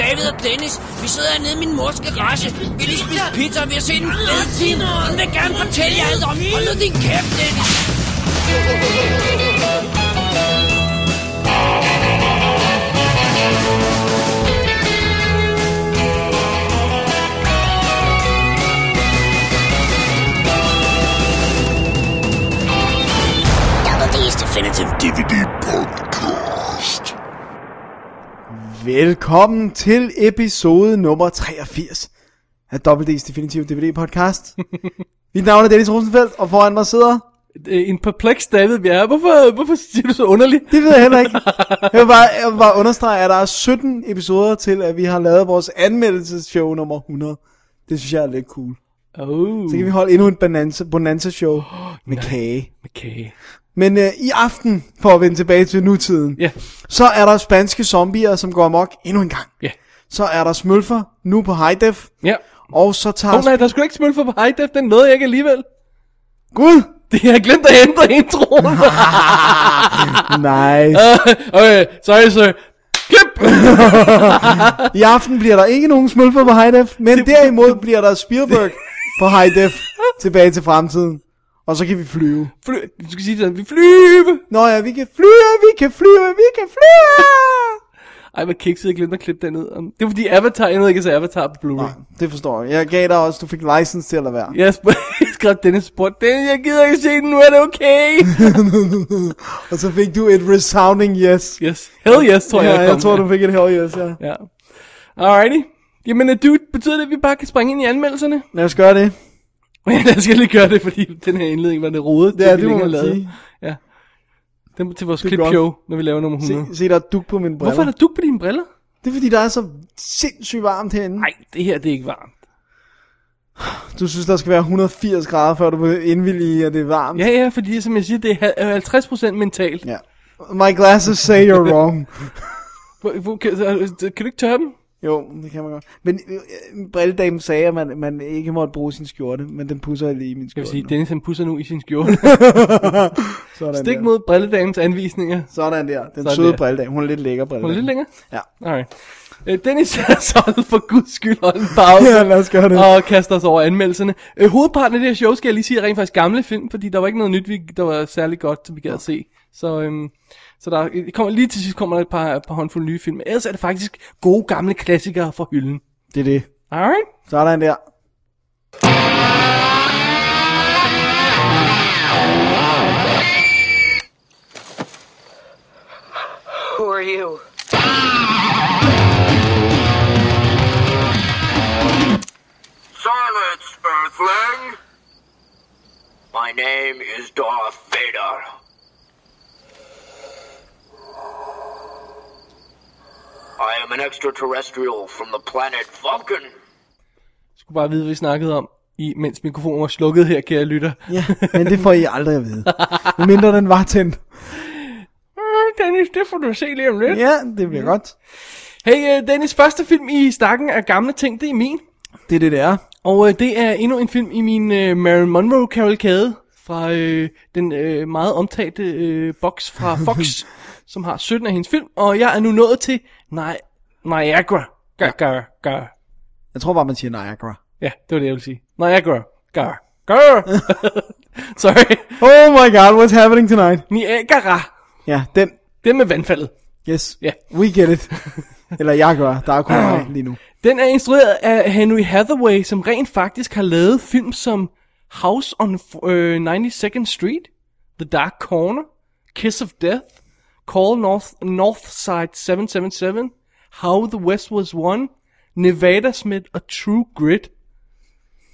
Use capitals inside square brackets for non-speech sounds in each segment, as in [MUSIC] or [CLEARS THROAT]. Dennis, vi sidder hernede i min mors garage. Vi lige spise pizza, og vi har set en fed film. Hun vil gerne fortælle jer alt om. Hold nu din kæft, Dennis. Double D's Definitive DVD Podcast. Velkommen til episode nummer 83 af WD's Definitive DVD [LAUGHS] Podcast. Mit navn er Dennis Rosenfeldt, og foran mig sidder... Øh, en perpleks David Bjerre. Hvorfor, hvorfor siger du så underligt? Det ved jeg heller ikke. Jeg vil, bare, jeg vil bare understrege, at der er 17 episoder til, at vi har lavet vores anmeldelsesshow nummer 100. Det synes jeg er lidt cool. Oh, Så kan vi holde endnu en bonanza, bonanza [GASPS] show med kage. okay. Men øh, i aften, for at vende tilbage til nutiden, Ja, så er der spanske zombier, som går amok endnu en gang. ja, Så er der smølfer, nu på high def, ja. og så tager... Åh oh, nej, der skulle ikke smøl for på high def, den nåede jeg ikke alligevel. [LAUGHS] Gud! Det jeg har glemt at ændre introen. Nice. Øh, [LAUGHS] okay, sorry sir. Klip! I aften bliver der ikke nogen smølfer på high def, men derimod bliver der Spielberg på high def tilbage til fremtiden. Og så kan vi flyve. Fly, du skal sige sådan, vi flyve. Nå ja, vi kan flyve, vi kan flyve, vi kan flyve! Ej, hvor kikset, jeg glemte at klippe den ud. Um, Det var fordi Avatar, jeg nåede ikke at se Avatar på Blu-ray. Det forstår jeg. Jeg gav dig også, du fik license til at lade være. Jeg sp- [LAUGHS] skrev Dennis spurgte, Dennis, jeg gider ikke se den, nu er det okay. og så fik du et resounding yes. yes, hell yes, tror jeg, ja, jeg jeg kom. tror, du fik et hell yes, ja. Ja. Alrighty. Jamen, øh, dude, betyder det, at vi bare kan springe ind i anmeldelserne? Lad os gøre det. [LAUGHS] Men jeg skal lige gøre det, fordi den her indledning var det rodet, Ja, vi det må ikke har man lavet. sige. Ja. Den til vores Det er klip godt. show, når vi laver nummer 100. Se, se der er duk på mine briller. Hvorfor er der duk på dine briller? Det er fordi, der er så sindssygt varmt herinde. Nej, det her det er ikke varmt. Du synes, der skal være 180 grader, før du vil indvillige, at det er varmt. Ja, ja, fordi som jeg siger, det er hal- er 50% mentalt. Ja. My glasses say you're wrong. Hvor, hvor, kan, øh, kan du ikke tørre dem? [LAUGHS] jo, det kan man godt. Men øh, øh, brilledamen sagde, at man, man ikke måtte bruge sin skjorte, men den pusser jeg lige i min Jeg skjorte. vil sige, nu. Dennis han pusser nu i sin skjorte. Sådan [LAUGHS] Stik der. mod brilledamens anvisninger. Sådan der. Den Sådan søde der. brilledame. Hun er lidt lækker Må brilledame. lidt længere? Ja. Alright. Øh, Dennis [LAUGHS] har solgt for guds skyld holdt en pause. Ja, lad os gøre det. Og kaste os over anmeldelserne. Øh, hovedparten af det her show, skal jeg lige sige, er rent faktisk gamle film, fordi der var ikke noget nyt, vi, der var særlig godt, som vi gad at se. Så, øhm, så der øh, kommer, lige til sidst kommer der et par, par håndfulde nye film. Ellers er det faktisk gode gamle klassikere fra hylden. Det er det. Alright? Sådan der. Who are you? Silence, Earthling! My name is Darth Vader. I am an extraterrestrial from the planet Vulcan. Jeg skulle bare vide, hvad vi snakkede om, i, mens mikrofonen var slukket her, kære lytter. Ja, [LAUGHS] men det får I aldrig at [LAUGHS] vide. Mindre den var tændt. Øh, Dennis, det får du se lige om lidt. Ja, det bliver godt. Hey, øh, Dennis, første film i stakken af gamle ting, det er min. Det er det, det er. Og øh, det er endnu en film i min øh, Marilyn Monroe kavalkade fra øh, den øh, meget omtalte øh, boks fra Fox, som har 17 af hendes film. Og jeg er nu nået til Ni- Niagara. Gar, gar, gar. Jeg tror bare, man siger Niagara. Ja, det var det, jeg ville sige. Niagara. Gar, gar. Sorry. Oh my god, what's happening tonight? Niagara. Ja, den. Den med vandfaldet. Yes. Ja. We get [LAUGHS] it. Eller jeg gør. Der er [CLEARS THROAT] kun mig lige nu. Den er instrueret af Henry Hathaway, som rent faktisk har lavet film som House on øh, 92nd Street, The Dark Corner, Kiss of Death, Call North, Northside 777, How the West Was Won, Nevada Smith og True Grit.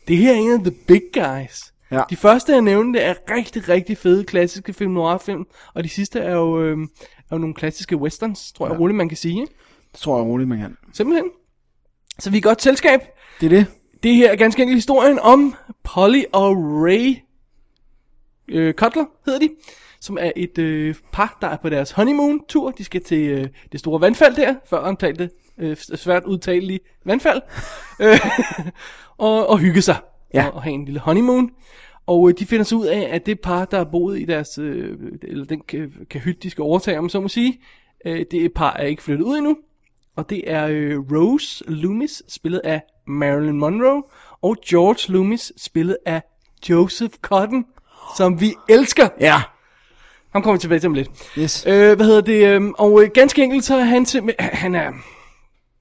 Det her er en af the big guys. Ja. De første, jeg nævnte, er rigtig, rigtig fede klassiske film noir-film, og de sidste er jo, øh, er jo nogle klassiske westerns, tror jeg ja. roligt, man kan sige. ikke? Det tror jeg roligt, man kan. Simpelthen. Så vi er i godt selskab. Det er det. Det her er ganske enkelt historien om Polly og Ray øh, Cutler, hedder de, som er et øh, par, der er på deres honeymoon-tur. De skal til øh, det store vandfald der, før omtalte, øh, svært udtalelige vandfald, øh, og, og hygge sig Ja. og, og have en lille honeymoon. Og øh, de finder så ud af, at det par, der har boet i deres, øh, eller den ka- kahyt, de skal overtage, om man så må sige, øh, det par er ikke flyttet ud endnu. Og det er øh, Rose Loomis, spillet af Marilyn Monroe, og George Loomis, spillet af Joseph Cotton, som vi elsker. Ja. Ham kommer vi tilbage til om lidt. Yes. Øh, hvad hedder det? øhm, og øh, ganske enkelt, så er han til... men, øh, Han er...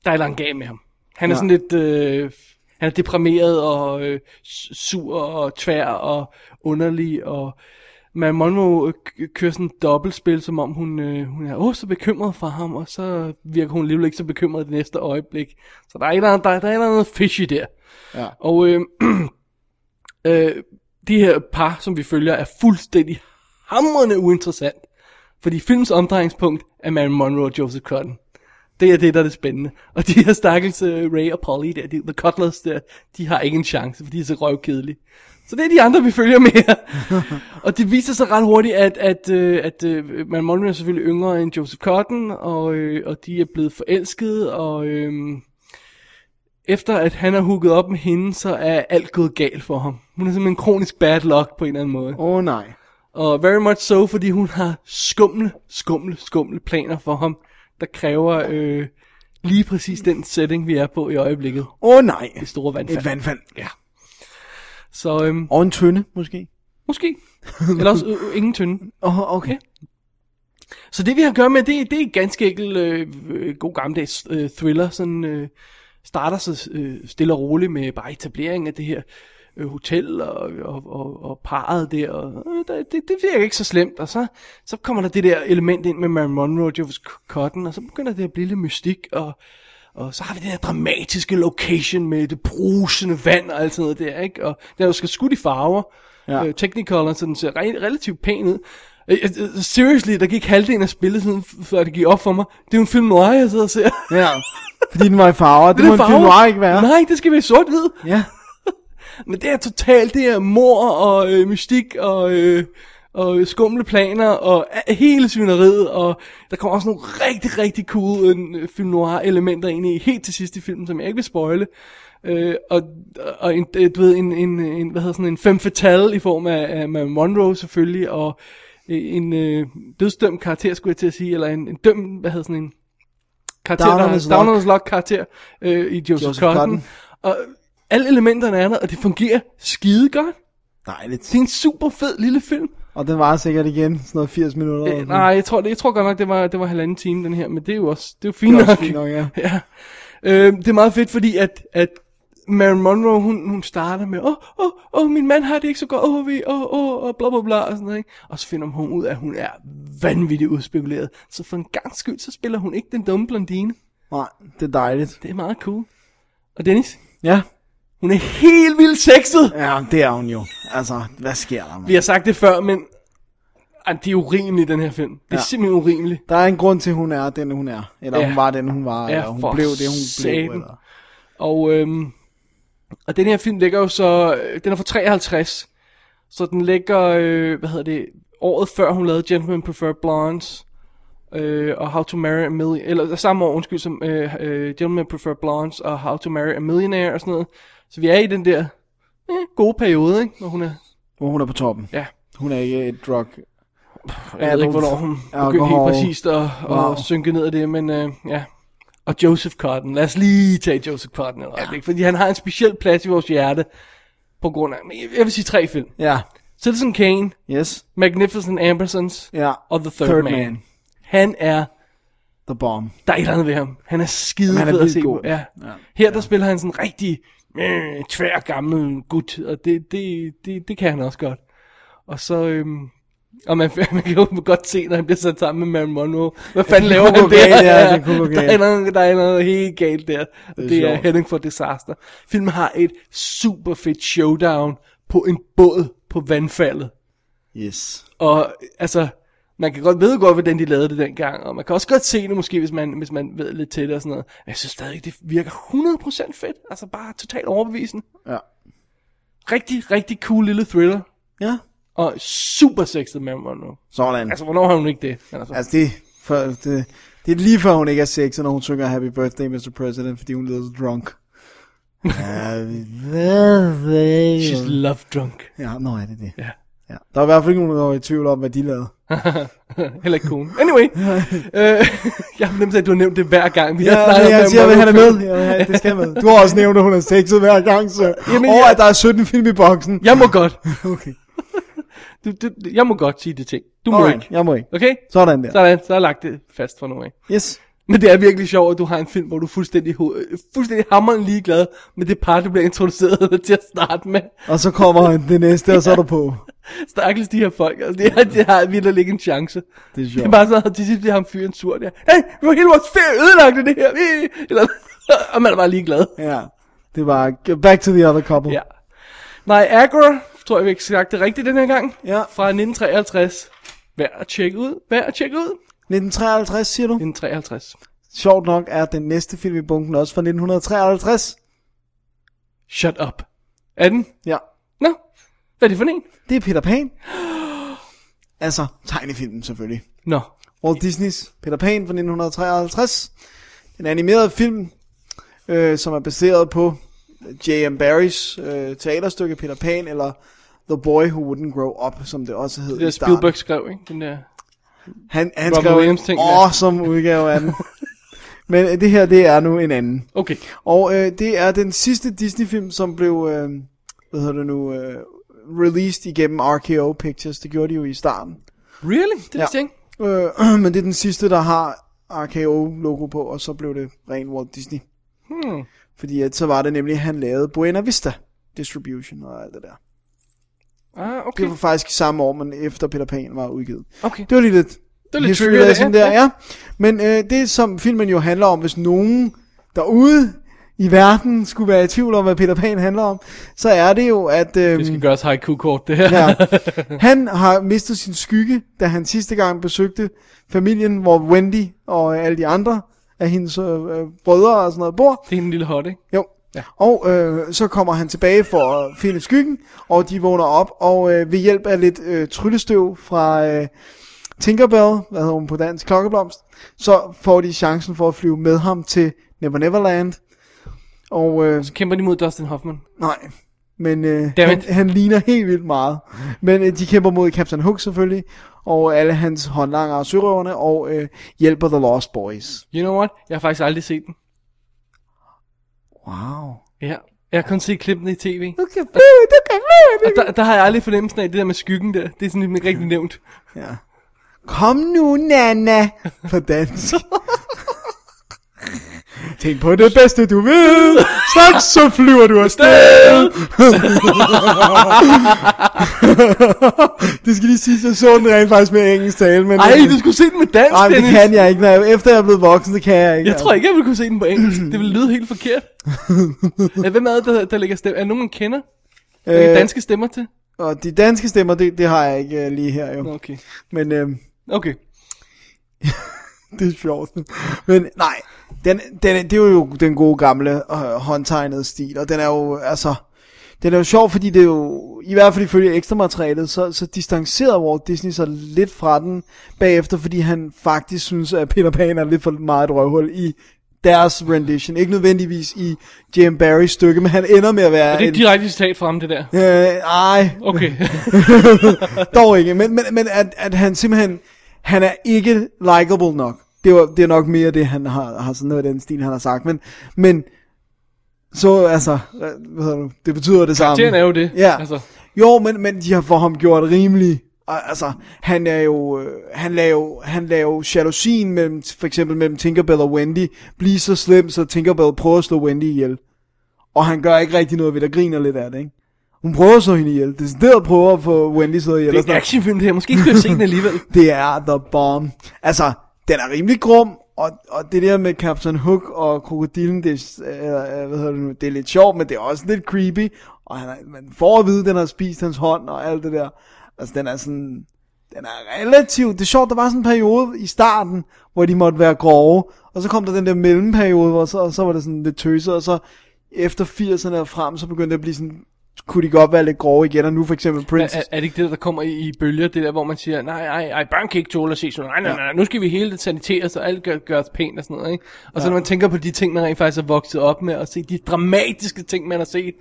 Der er langt galt med ham. Han er Ja. sådan lidt... Øh, han er deprimeret og øh, s- sur og tvær og underlig og... Man Monroe øh, k- kører sådan et dobbeltspil, som om hun, øh, hun er åh, så bekymret for ham, og så virker hun alligevel ikke så bekymret det næste øjeblik. Så der er et eller andet, der, er- der er et eller andet fishy der. Ja. Og øh, [CLEARS THROAT] øh, de her par, som vi følger, er fuldstændig hamrende uinteressant. Fordi filmens omdrejningspunkt er Marilyn Monroe og Joseph Cotton. Det er det, der er det spændende. Og de her stakkels uh, Ray og Polly der, de, The Cutlers der, de har ikke en chance, fordi de er så røvkedelige. Så det er de andre, vi følger med her. og det viser sig ret hurtigt, at, at, øh, at, at Marilyn Monroe er selvfølgelig yngre end Joseph Cotton, og, øh, og de er blevet forelskede, og... Øh, efter at han er hooket op med hende, så er alt gået galt for ham. Hun er simpelthen kronisk bad luck på en eller anden måde. Åh oh, nej. Og very much so, fordi hun har skumle, skumle, skumle planer for ham, der kræver øh, lige præcis den setting, vi er på i øjeblikket. Åh oh, nej. Det store vandfald. Et vandfald. Ja. Så øhm, Og en tønde, måske. måske. Eller også øh, øh, ingen tynde. Åh, oh, okay. Så det vi har at gøre med, det, det er ganske enkelt øh, øh, god gammeldags øh, thriller, sådan øh, starter så øh, stille og roligt med bare etablering af det her øh, hotel og, og, og, og parret der, og øh, der, det, det virker ikke så slemt, og så, så kommer der det der element ind med Marilyn Monroe og Joseph Cotton, og så begynder det at blive lidt mystik, og, og så har vi den her dramatiske location med det brusende vand og alt sådan noget der, ikke? Og den er jo skal skudt i farver, Ja. ja. øh, Technicolor, så den ser re- relativt pæn ud. Øh, øh, Seriously, der gik halvdelen af spillet, siden, f- før det gik op for mig. Det er jo en film noir, jeg sidder og ser. Ja. Fordi den var i farver. Det, det må er en film farver. noir ikke være. Nej, det skal være sort-hvid. Ja. Men det er totalt det her mor og øh, mystik og, øh, og skumle planer og a- hele svineriet. Og der kommer også nogle rigtig, rigtig cool øh, film noir elementer ind i helt til sidst i filmen, som jeg ikke vil spoile. Øh, og, og en, øh, du ved, en, en, en, hvad hedder sådan, en femme fatale i form af, af med Monroe selvfølgelig, og øh, en øh, dødsdømt karakter, skulle jeg til at sige, eller en, en døm, hvad hedder sådan en karakter, Downernes Downer's Lock. Downer's Lock karakter øh, i Joseph, Joseph Joseph Cotton. Cotton. Cotton. Og alle elementerne er der, og det fungerer skide godt. Dejligt. Det er en super fed lille film. Og den var sikkert igen sådan noget 80 minutter. Øh, nej, jeg tror, det, jeg tror godt nok, det var, det var halvanden time, den her, men det er jo også, det er jo fint Det er nok. også fint nok, ja. [LAUGHS] ja. Øh, det er meget fedt, fordi at, at Marilyn Monroe, hun, hun starter med, åh, åh, åh, min mand har det ikke så godt, åh, vi, åh, åh, og bla, bla, bla, og sådan noget, ikke? Og så finder hun ud af, at hun er vanvittigt udspekuleret. Så for en gang skyld, så spiller hun ikke den dumme blondine. Nej, det er dejligt. Det er meget cool. Og Dennis, Ja. hun er helt vildt sexet. Ja, det er hun jo. Altså, hvad sker der, Vi man? har sagt det før, men Ej, det er urimeligt, den her film. Det er Ja. ja. simpelthen urimeligt. Der er en grund til, at hun er den, hun er. Eller ja. Ja. hun var den, hun var. Ja, eller hun for blev det, hun blev. satan. Eller... Og, øhm, og den her film ligger jo så... øh, Den er fra 53, så den ligger, øh, hvad hedder det, året før hun lavede Gentlemen Prefer Blondes, øh, og How to Marry a Millionaire, eller samme år, undskyld, som øh, øh, Gentlemen Prefer Blondes og How to Marry a Millionaire og sådan noget. Så vi er i den der øh, gode periode, ikke? Når hun er... Hvor hun er på toppen. Ja, Hun er ikke et drug. Jeg ved ikke, hvornår hun begyndte helt Alkohol. præcist at, at Wow. wow. synke ned af det, men øh, ja. Og Joseph Cotton. Lad os lige tage Joseph Cotton et øjeblik, fordi han har en speciel plads i vores hjerte, på grund af, jeg vil sige tre film. Ja. Citizen Kane, Yes. Magnificent Ambersons Ja. og The Third, Man. man. Han er, The bomb. der er et eller andet ved ham. Han er skide Jamen, han er fed at vildt se god. på. Ja. Ja. Her der spiller han sådan en rigtig øh, tvær gammel gut, og det, det, det, det kan han også godt. Og så... Øhm, og man, [LAUGHS] man kan jo godt se, når han bliver sat sammen med Marilyn Monroe. Hvad fanden laver kunne han gå [LAUGHS] der? galt, ja, det kunne gå der, er galt. noget, der er noget helt galt der. Det er, det er sjovt. Heading for Disaster. Filmen har et super fedt showdown på en båd på vandfaldet. Yes. Og altså, man kan godt vide godt, hvordan de lavede det dengang, og man kan også godt se det måske, hvis man, hvis man ved lidt til det og sådan noget. Men jeg synes stadig, det virker 100% fedt, altså bare totalt overbevisende. Ja. Rigtig, rigtig cool lille thriller, Ja. og super sexet med Monroe. Sådan. Altså, hvornår har hun ikke det? Men Altså, Mm. Altså det, for, det, det er lige før hun ikke er sexet, når hun synger Happy Birthday, Mr. President, fordi hun lyder så drunk. Happy birthday. she's love drunk. øh. Ja, nå er det det. Ja. ja. Der er i hvert fald ikke nogen, der var i tvivl om, hvad de lavede. Heller ikke konen. [LAUGHS] Anyway. øh, jeg har nemt at du har nævnt det hver gang. Vi Ja, har snakket ja, om jeg siger, at han er Marvel-film. med. Ja, ja, det skal [LAUGHS] med. Du har også nævnt, at hun er sexet hver gang, så. Jamen, Jamen, og jeg- at der er 17 film i boksen. Jeg må godt. [LAUGHS] Okay. Du, du, jeg må godt sige det ting. Du må Alright, ikke. jeg må ikke. Okay? Sådan der. Sådan, så har jeg lagt det fast for nu af. Yes. Men det er virkelig sjovt, at du har en film, hvor du er fuldstændig, ho- øh, fuldstændig hammerende ligeglad med det par, du bliver introduceret [LAUGHS] til at starte med. Og så kommer det næste, og så er du på. Stakkels de her folk, altså, det, er, det har virkelig ikke en chance. Det er sjovt. Det er bare sådan, at til sidst bliver ham fyren sur der. Hey, det var hele vores ferie ødelagt af det her. Øh, Eller, [LAUGHS] og man er bare ligeglad. Ja. Det var g- back to the other couple. Ja. Niagara, tror jeg, vi ikke sagt det rigtigt den her gang. Ja. Fra 1953. Værd at tjekke ud. Værd at tjekke ud. 1953, siger du? 1953. Sjovt nok er den næste film i bunken også fra 1953. Shut up. Er den? Ja. Nå, hvad er det for en? Det er Peter Pan. Altså, tegnefilmen selvfølgelig. Nå, Walt Disneys Peter Pan fra 1953. En animeret film, øh, som er baseret på J.M. Barrys øh, teaterstykke Peter Pan, eller The Boy Who Wouldn't Grow Up, som det også hed det er i starten. Spielberg skrev, ikke? Den der... Han, han Robin skrev Williams en ting, ja. awesome udgave af [LAUGHS] den. Men øh, det her, det er nu en anden. Okay. Og øh, det er den sidste Disney-film, som blev, øh, hvad hedder det nu, øh, released igennem RKO Pictures. Det gjorde de jo i starten. Really? Det vidste Ja. jeg ikke. Øh, [CLEARS THROAT] men det er den sidste, der har RKO-logo på, og så blev det ren Walt Disney. Hmm. Fordi at, så var det nemlig, at han lavede Buena Vista Distribution og alt det der. Ah, okay. Det var faktisk i samme år, men efter Peter Pan var udgivet. Okay. Det var lige lidt Det er lidt history trivia, det lesson er, der, ja. ja. Men øh, det, som filmen jo handler om, hvis nogen derude i verden skulle være i tvivl om, hvad Peter Pan handler om, så er det jo, at... Øh, Det skal gøres haiku-kort, det her. Ja. Han har mistet sin skygge, da han sidste gang besøgte familien, hvor Wendy og øh, alle de andre af hendes øh, øh, brødre og sådan noget bor. [LAUGHS] Det er en lille hot, ikke? Jo. Ja. Og øh, så kommer han tilbage for at finde skyggen, og de vågner op, og øh, ved hjælp af lidt øh, tryllestøv fra øh, Tinkerbell, hvad hedder hun på dansk, klokkeblomst, så får de chancen for at flyve med ham til Never Neverland. Og øh, Kæmper de mod Dustin Hoffman? Nej, men øh, Damn han, it. han ligner helt vildt meget. Men øh, de kæmper mod Captain Hook selvfølgelig, og alle hans håndlanger og sørøverne, og øh, hjælper The Lost Boys. You know what? Jeg har faktisk aldrig set den. Wow. Ja. Jeg har kun set klippene i tv. Du kan flyve, du kan flyve. Og der, der har jeg aldrig fornemmelsen af det der med skyggen der. Det er sådan ikke rigtig nævnt. Ja. Kom nu, Nana, på dansk. [LAUGHS] Tænk på det bedste, du ved. Straks så flyver du afsted. [LAUGHS] det skal lige sige, jeg så den rent faktisk med engelsk tale. Men Ej, du skulle se den med dansk, Nej, det Dennis. kan jeg ikke. Nej, efter jeg er blevet voksen, det kan jeg ikke. altså. Jeg tror ikke, jeg ville kunne se den på engelsk. Det ville lyde helt [LAUGHS] forkert. ja, hvem er det, der, der lægger stemme? Er der nogen, man kender? Der Øh. øh... danske stemmer til? Og de danske stemmer, det, det har jeg ikke øh, lige her jo. Nå, Okay. Men øh, Okay. [LAUGHS] det er sjovt. Men nej, den, den, er- det er jo den gode gamle øh, håndtegnede stil. Og den er jo, altså... Den er jo sjov, fordi det er jo, i hvert fald ifølge ekstra materialet, så, så distancerede Walt Disney sig lidt fra den bagefter, fordi han faktisk synes, at Peter Pan er lidt for meget et røvhul i deres rendition. Ikke nødvendigvis i Jim Barrys stykke, men han ender med at være Er det en... et direkte citat fra ham, det der? Øh, ej, Okay. [LAUGHS] [LAUGHS] Dog ikke, men, men, men at, at han simpelthen, han er ikke likable nok. Det, var, det er nok mere det, han har, har sådan noget i den stil, han har sagt. Men, men så altså, øh, hvad hedder du, det betyder det samme. Karakteren er jo det, Ja. Altså. altså. Jo, men, men de har for ham gjort rimelig. Og, altså, han er jo, øh, han lader jo, han lader jo jalousien mellem, for eksempel mellem Tinkerbell og Wendy, blive så slem, så Tinkerbell prøver at slå Wendy ihjel. Og han gør ikke rigtig noget ved det, griner lidt af det, ikke? Hun prøver at slå hende ihjel. Det er prøver at få Wendy slået ihjel. det og er sådan en noget. actionfilm, det her. Måske skulle jeg se den [LAUGHS] alligevel. Det er The Bomb. Altså, den er rimelig grum, og, og det der med Captain Hook og krokodillen, det, er, øh, øh, hvad hedder det, nu, det er lidt sjovt, men det er også lidt creepy, og han, er- man får at vide, at den har spist hans hånd og alt det der. Altså, den er sådan, den er relativt, det er sjovt, der var sådan en periode i starten, hvor de måtte være grove, og så kom der den der mellemperiode, hvor så, og så var det sådan lidt tøset, og så efter 80'erne og frem, så begyndte det at blive sådan, kunne de godt være lidt grove igen, og nu for eksempel Princess. Er, er, er det ikke det, der kommer i, i bølger, det der, hvor man siger, nej, nej, nej, børn kan ikke tåle at se sådan noget. nej, nej, nej, nu skal vi hele det saniteres, og alt gør, gøres pænt og sådan noget, ikke? Og så når man tænker på de ting, man rent faktisk er vokset op med, og se de dramatiske ting, man har set,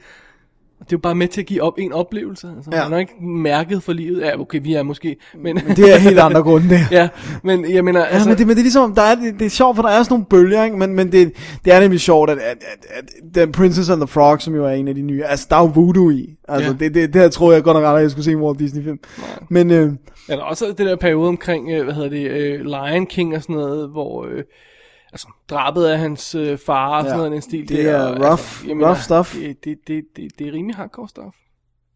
Og Det er jo bare med til at give op en oplevelse. Altså, Ja. ja. Man har ikke mærket for livet. Ja, okay, vi er måske. Men, men Det er helt [LAUGHS] andre grunde der. ja, men jeg mener, Ja, altså, men det, men det er ligesom, der er, det, det er sjovt, for der er sådan nogle bølger, ikke? men, men det, det er nemlig sjovt, at, at, at, at The Princess and the Frog, som jo er en af de nye, altså der er jo voodoo i. Altså Ja. det, det, det her tror jeg godt nok aldrig, jeg skulle se i en Walt Disney film. Men øh, Ja, der er også den der periode omkring, øh, hvad hedder det, øh, Lion King og sådan noget, hvor øh, altså, drabet af hans øh, far og Ja, sådan noget, i den stil. det der, er og, rough- jeg rough stuff. Det, det, det, det, det er rimelig hardcore stuff.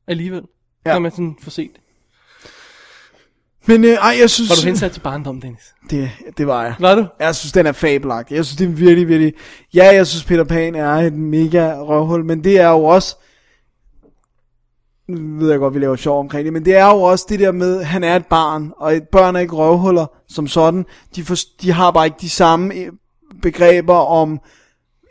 Alligevel. Ja. Ja. Når man sådan får set. men øh, ej, jeg synes... Var du hensat til barndom, Dennis? det, det var jeg. Var du? Jeg synes, den er fabelagtig. Jeg synes, det er virkelig, virkelig... Ja, jeg synes, Peter Pan er et mega røvhul, men det er jo også... Nu ved jeg godt, vi laver sjov omkring det, men det er jo også det der med, han er et barn, og et børn er ikke røvhuller som sådan. De, for, de har bare ikke de samme øh, begreber om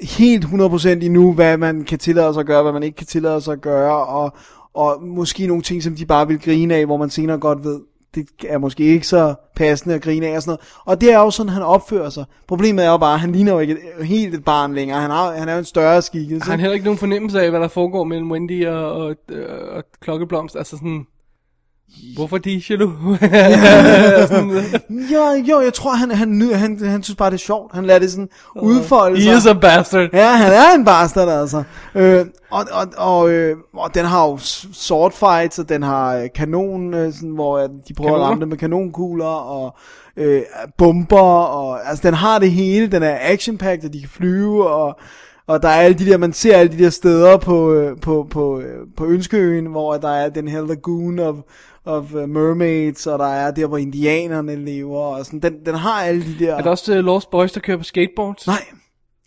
helt 100% endnu, hvad man kan tillade sig at gøre, hvad man ikke kan tillade sig at gøre, og, og måske nogle ting, som de bare vil grine af, hvor man senere godt ved, det er måske ikke så passende at grine af og sådan noget. Og det er jo sådan, han opfører sig. Problemet er jo bare, at han ligner jo ikke et, helt et barn længere. Han, har, han er jo en større skikkelse. Har han Han... heller ikke nogen fornemmelse af, hvad der foregår mellem Wendy og, og, og, og Klokkeblomst? Altså sådan... Hvorfor er de jaloux? [LAUGHS] sådan, [LAUGHS] Jo, jo, jeg tror, han, han, nyder- han, han synes bare, det er sjovt. Han lader det sådan udfolde sig. he is a bastard. Ja, han er en bastard, altså. Øh, og, og, og, øh, og den har jo s- sword fights, og den har øh, kanon, øh, sådan, hvor øh, de prøver at Kanoner? ramme det med kanonkugler, og øh, bomber, og altså, den har det hele. Den er action og de kan flyve, og, og der er alle de der, man ser alle de der steder på, øh, på, på, øh, på Ønskeøen, hvor der er den her lagoon of, of øh, mermaids, og der er der, hvor indianerne lever, og sådan. Den, den har alle de der... Er der også uh, Lost Boys, der kører på skateboards? Nej,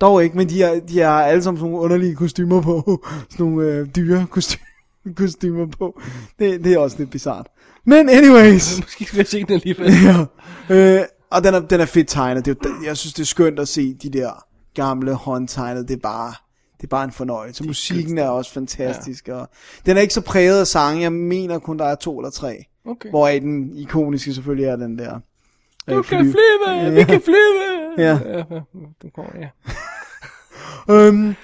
dog ikke, men de har, de har alle sammen sådan nogle underlige kostymer på. Sådan nogle øh, dyre kostymer, [LAUGHS] kostymer på. Det, det er også lidt bizart. Men [LAUGHS] anyways. [LAUGHS] Måske skal jeg se den [LAUGHS] alligevel. ja. øh, og den er, den er fedt tegnet. Det er, jo- jeg synes, det er skønt at se de der gamle håndtegnede. Det er bare, det er bare en fornøjelse. Musikken er også fantastisk. Ja. Og den er ikke så præget af sange. Jeg mener kun, der er to eller tre. Okay. Hvor den ikoniske selvfølgelig er den der. Du øh, kan fly- flyve, vi kan flyve. Ja. Den kommer, ja. Øhm,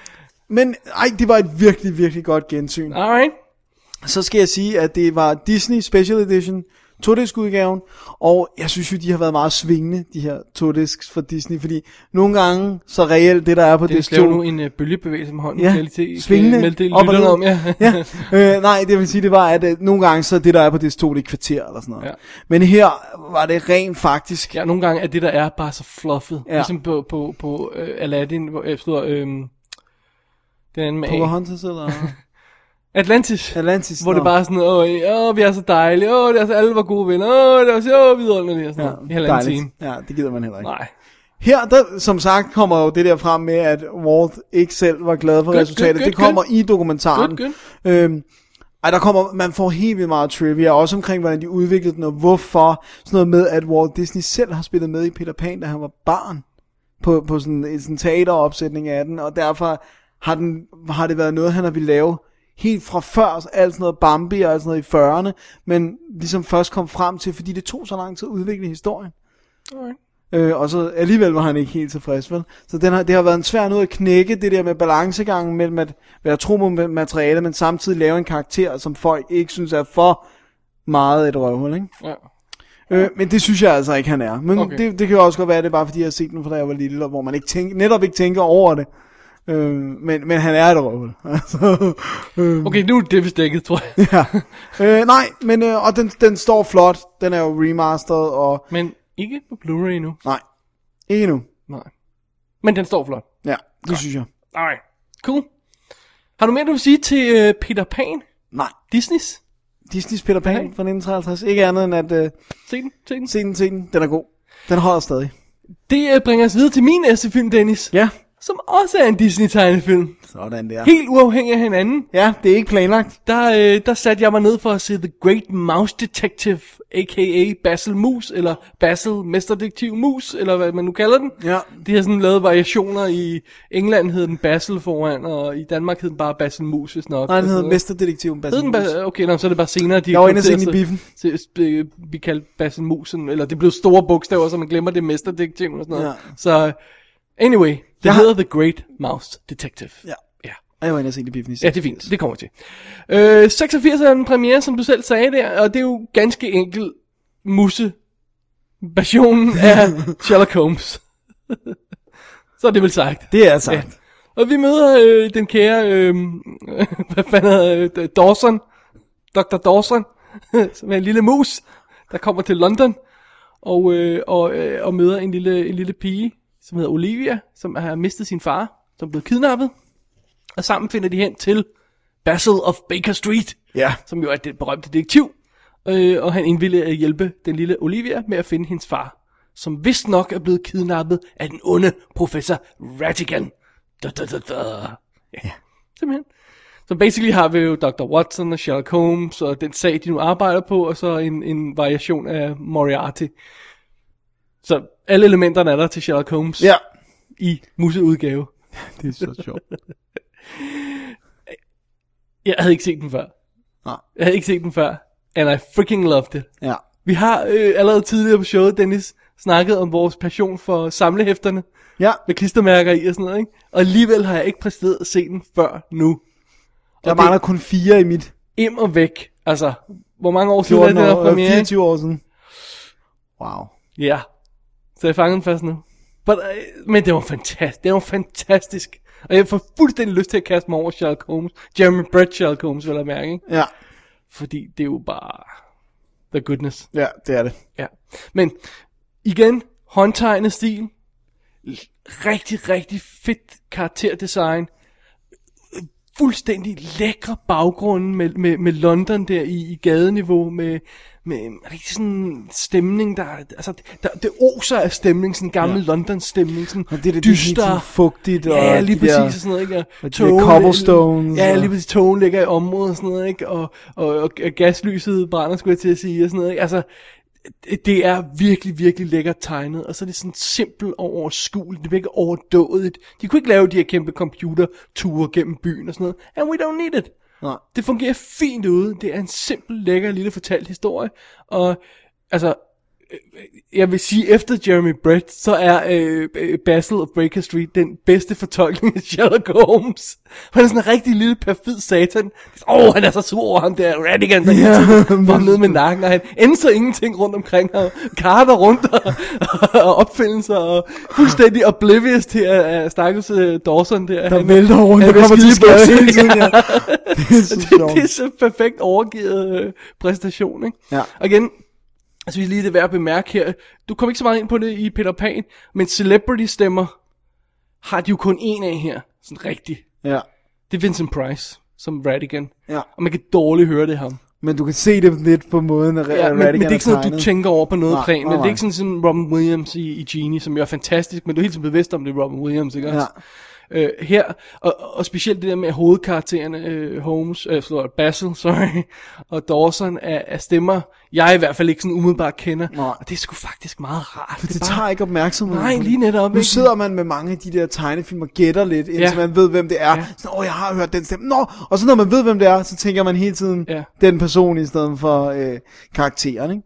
men ej, det var et virkelig, virkelig godt gensyn. Alright. så skal jeg sige, at det var Disney Special Edition, todisksudgaven, og jeg synes jo, de har været meget svingende, de her todisks fra Disney, fordi nogle gange, så reelt det, der er på Det disk skal jo 2, nu en uh, bølgebevægelse med hånden. ja, Kan jeg lige se- kan svingende, jeg meddele op og ned. lytterne om, ja. ja. Øh, nej, det vil sige, det var, at øh, nogle gange, så er det, der er på disk 2, det er et kvarter eller sådan noget. Ja. Men her var det rent faktisk, [LAUGHS] ja, nogle gange er det, der er bare så fluffet. Ja. Ja. Ligesom på, på, på uh, Aladdin, hvor jeg stod, øhm, den anden med A. Pocahontas [LAUGHS] eller Atlantis. Atlantis. Hvor nå. det bare er sådan, åh, åh, vi er så dejlige, åh, det er så, alle var gode venner, åh, det var så vidunderligt, og sådan noget. I ja, halvanden time. dejligt. Ja, det gider man heller ikke. Nej. Her, der, som sagt, kommer jo det der frem med, at Walt ikke selv var glad for Good, resultatet. good, good, det kommer good. i dokumentaren. Good, Øhm, ej, der kommer, man får helt vildt meget trivia, også omkring, hvordan de udviklede den, og hvorfor. Sådan noget med, at Walt Disney selv har spillet med i Peter Pan, da han var barn, på, på sådan en sådan teateropsætning af den, og derfor har, den, har det været noget, han har ville lave helt fra før, så alt sådan noget Bambi og alt sådan noget i 40'erne, men ligesom først kom frem til, fordi det tog så lang tid at udvikle historien. Alright. Øh, og så alligevel var han ikke helt tilfreds, vel? Så den har, det har været en svær nød at knække, det der med balancegangen mellem at være tro mod materiale, men samtidig lave en karakter, som folk ikke synes er for meget et røvhul, ikke? Ja. Øh, men det synes jeg altså ikke, han er. Men okay. Okay. det, det kan jo også godt være, at det er bare fordi, jeg har set den fra da jeg var lille, og hvor man ikke tænker, netop ikke tænker over det. Øh, men, men han er et røvhul. [LAUGHS] Altså, øh, Okay, nu er det vist dækket, tror [LAUGHS] jeg. [LAUGHS] ja. øh, nej, men øh, og den, den står flot. Den er jo remasteret, og Men ikke på Blu-ray nu. nej, ikke nu. Nej. Men den står flot. Ja, det synes jeg. Nej. Cool. Har du mere, du vil sige til øh, Peter Pan? Nej. Disney's? Disney's Peter Pan Nej. fra 1953. Ikke andet end at øh, Se den, se den. se den, se den. Den er god. Den holder stadig. Det øh, bringer os videre til min næste film, Dennis. Ja. Som også er en Disney-tegnefilm. Sådan der. Helt uafhængig af hinanden. Ja, det er ikke planlagt. Der, øh, der satte jeg mig ned for at se The Great Mouse Detective, a.k.a. Basil Mus, eller Basil Mesterdetektiv Mus, eller hvad man nu kalder den. Ja. De har sådan lavet variationer i England hed den Basil foran, og i Danmark hed den bare Basil Mus, hvis nok. Nej, den og sådan hedder noget. Mesterdetektiven Basil Hed den ba- okay, nå, så er det bare senere, de Jeg var inde og se kom den til i biffen. at s- til øh, at sp- blive kaldt Basil Musen, eller det blev store bogstaver, så man glemmer det er mesterdetektiven og sådan noget. Ja. Så anyway, det Jeg har- hedder The Great Mouse Detective. Ja. ja. Og jeg var inde og se det i biffen i Ja, det er fint. Det kommer vi til. Øh, 86 er den premiere, som du selv sagde der, og det er jo ganske enkelt musse versionen [LAUGHS] af Sherlock Holmes. [LAUGHS] Så er det vel sagt. Det er altså- sagt. Ja. Og vi møder øh, den kære, øh, [LAUGHS] hvad fanden hedder øh, Dawson, Dr. Dawson, [LAUGHS] som er en lille mus, der kommer til London og, øh, og, øh, og møder en lille, en lille pige, som hedder Olivia, som har mistet sin far, som er blevet kidnappet. Og sammen finder de hen til Basil of Baker Street, ja. som jo er det berømte detektiv, øh, og han indvilliger at hjælpe den lille Olivia med at finde hendes far, som vist nok er blevet kidnappet af den onde professor Ratigan. Da, da, da, da. Ja, simpelthen. Så basically har vi jo Dr. Watson og Sherlock Holmes og den sag, de nu arbejder på, og så en, en variation af Moriarty. Så alle elementerne er der til Sherlock Holmes Ja. i musseudgave. Det er så sjovt. Jeg havde ikke set den før. Nej. Jeg havde ikke set den før. And I freaking loved it. Ja. Vi har øh, allerede tidligere på showet, Dennis, snakket om vores passion for samlehæfterne Ja, med klistermærker i og sådan noget, ikke? Og alligevel har jeg ikke præsteret at se den før nu. jeg mangler kun fire i mit Im og væk. Altså, hvor mange år siden er 14 den år, her øh, premiere? ikke? 24 år siden. Wow. Ja. Så jeg fanger den først nu. But, uh, men det var fantastisk. Det var fantastisk. Og jeg får fuldstændig lyst til at kaste mig over Sherlock Holmes. Jeremy Brett Sherlock Holmes, vil jeg mærke, ikke? Ja, Fordi det er jo bare... The goodness. ja, det er det. Ja. Men igen, håndtegnet stil. L- Rigtig, rigtig fedt karakterdesign. Fuldstændig lækre baggrunde med, med, med London der i, i gadeniveau. Med, med en rigtig sådan stemning, der, altså, der, det oser af stemning. Sådan gammel ja. London-stemning. Sådan Og det er det, det er hele dyster. tiden fugtigt. Og Ja, lige de præcis, der- og sådan noget, ikke? og de der Togen- cobblestones, Ja, og- lige præcis, togen ligger i området og sådan noget, ikke? Og, og, og, og gaslyset brænder, skulle jeg til at sige, og sådan noget, ikke? Altså, det- det er virkelig, virkelig lækkert tegnet, og så er det sådan simpelt og overskueligt, det virker overdådigt. De kunne ikke lave de her kæmpe computerture gennem byen og sådan noget, and we don't need it. Nej. Det fungerer fint ude, det er en simpel, lækker, lille fortalt historie, og altså, jeg vil sige, efter Jeremy Brett, så er øh, øh, Basil of Breaker Street den bedste fortolkning af Sherlock Holmes. Han er sådan en rigtig lille perfid satan. Åh, oh, han er så sur over ham der, Radigan, der hele tiden får ham ned med nakken, og han ændrer ingenting rundt omkring ham. Karter rundt og, [LAUGHS] og opfindelser, og fuldstændig oblivious til at, at stakkels øh, Dawson der. Der han- vælter rundt, han der vil kommer til skide skade bukserne. hele tiden. [LAUGHS] Ja. Det er så sjovt. det, det er så perfekt overgivet øh, præstation, ikke? Ja. Og igen, altså vi lige det værd at bemærke her, du kom ikke så meget ind på det i Peter Pan, men celebrity stemmer har de jo kun en af her, sådan rigtigt. Ja, Det er Vincent Price, som Radigan. ja. Og man kan dårligt høre det ham. Men du kan se det lidt på måden, at Ja, men, men det er ikke sådan, at du tænker over på noget Nej, plan. Men nej, det er nej. ikke sådan, sådan Robin Williams i, i Genie, som jo er fantastisk, men du er helt så bevidst om, det er Robin Williams, ikke også? Ja. øh, her, og, og specielt det der med at hovedkaraktererne, øh, Holmes, øh, forlåt, Basil, [LAUGHS] sorry, og Dawson er, er stemmer, jeg i hvert fald ikke sådan umiddelbart kender, Nej. og det er sgu faktisk meget rart. Det tager ikke opmærksomhed. Nej, lige netop Nu ikke. sidder man med mange af de der tegnefilm og gætter lidt, indtil Ja. ja. man ved, hvem det er. Ja. Ja. Sådan, åh, jeg har hørt den stemme. Nå! Og så når man ved, hvem det er, så tænker man hele tiden Ja. ja. den person i stedet for øh, karakteren, ikke?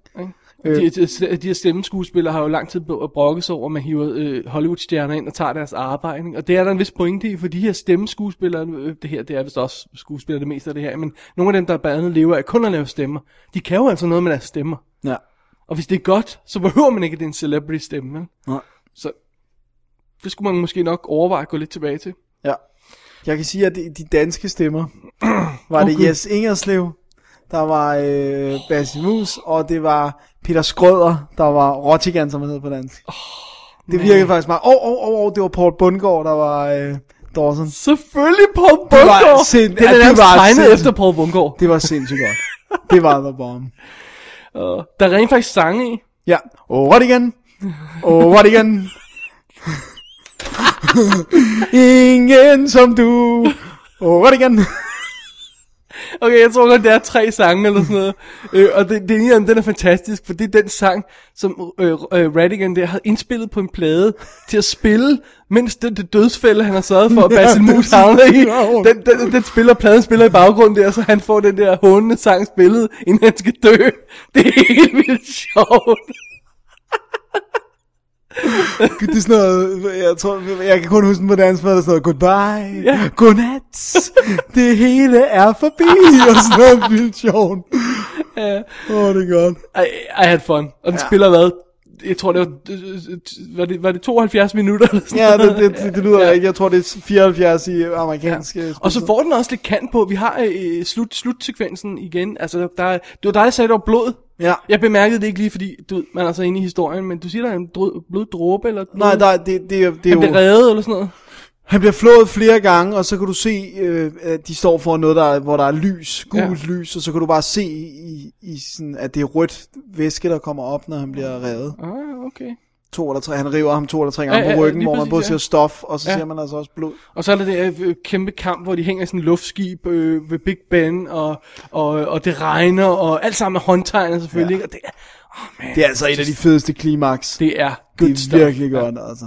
Øh. De, de, de her stemmeskuespillere har jo lang tid bro- brokket sig over, at man hiver øh, Hollywood-stjerner ind og tager deres arbejde. ikke? Og det er der en vis pointe i, for de her stemmeskuespillere, øh, det her det er vist også skuespillere det meste af det her, men nogle af dem, der blandt andet lever af kun at lave stemmer, de kan jo altså noget med deres stemmer. Ja. Og hvis det er godt, så behøver man ikke, at det er en celebrity stemme. vel? Nej. Så det skulle man måske nok overveje at gå lidt tilbage til. ja. Jeg kan sige, at de, de danske stemmer, [CLEARS THROAT] var det Okay. Jes Ingerslev, der var øh, Basil Mus, og det var Peter Skrøder, der var Rotigan, som han hed på dansk. Oh, det virkede faktisk meget. Åh, åh, åh, åh, det var Paul Bundgaard, der var øh, Dawson. Selvfølgelig Paul Bundgaard! sind, det er Ja, den det nærmest var tegnet sind- efter Paul Bundgaard. Det var sindssygt godt. Det var The Bomb. Der er rent faktisk sange i. Ja. Over det igen. Over det igen. [LAUGHS] Ingen som du. Over det igen. Okay, jeg tror godt, det er tre sange eller sådan noget. øh, og det, det ene af dem, den er fantastisk, for det er den sang, som øh, øh, Radigan der har indspillet på en plade til at spille, mens den, den dødsfælde, han har sørget for, at Ja, Basil det er Mus så havner [LAUGHS] i, sjovt. den, den, den spiller, pladen spiller i baggrunden der, så han får den der hundende sang spillet, inden [LAUGHS] han skal dø. Det er helt vildt sjovt. Det er sådan noget, jeg tror, jeg kan kun huske den på dansk, hvor der står, goodbye, Ja. yeah. godnat, det hele er forbi, og sådan noget vildt sjovt. Åh, oh, det er godt. I, I had fun. Og den ja. spiller hvad? Jeg tror, det var, øh, var, det, var det 72 minutter eller sådan Ja, noget? det, det, det, det lyder ja. ikke. Jeg tror, det er 74 i amerikansk. øh, Ja. Og så får den også lidt kant på. Vi har øh, slut, slutsekvensen igen. Altså, der, er- det var dig, der sagde, der var blod. Ja. Jeg bemærkede det ikke lige, fordi du, ved, man er så inde i historien, men du siger, der er en drød, blød dråbe, eller Nej, nej, det, det, det, det er han jo... blev reddet, eller sådan noget. Han bliver flået flere gange, og så kan du se, øh, at de står for noget, der, er- hvor der er lys, gult ja. lys, og så kan du bare se, i, i sådan, at det er rødt væske, der kommer op, når han bliver revet. Ah, okay. To eller tre, han river ham to eller tre gange Ja, ja, ja, på ryggen, lige hvor man præcis, både ja. ser stof, og så Ja. ja. ser man altså også blod. Og så er der det øh, kæmpe kamp, hvor de hænger i sådan en luftskib øh, ved Big Ben, og, og, og det regner, og alt sammen er håndtegnet selvfølgelig. Ja. Og det, er, oh man, Det er altså et af de fedeste klimaks. Det, det er good det er stuff. virkelig godt, altså.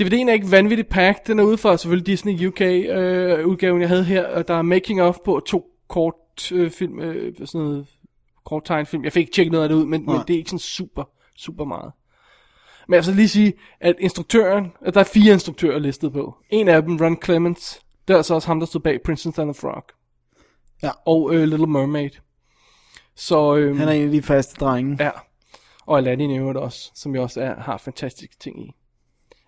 DVD'en er ikke vanvittigt packed. Den er ude fra selvfølgelig Disney UK øh, udgaven, jeg havde her. Og der er making of på og to kort øh, film, øh, sådan noget kort tegnfilm. Jeg fik ikke tjekket noget af det ud, men, men Nej. det er ikke sådan super, super meget. Men jeg vil så lige sige, at instruktøren, at der er fire instruktører listet på. En af dem, Ron Clements, det er altså også ham, der stod bag Princess and the Frog. Ja. Og øh, Little Mermaid. Så, øh, Han er en af de faste drenge. Ja. Og Aladdin i øvrigt også, som jeg også er, har fantastiske ting i.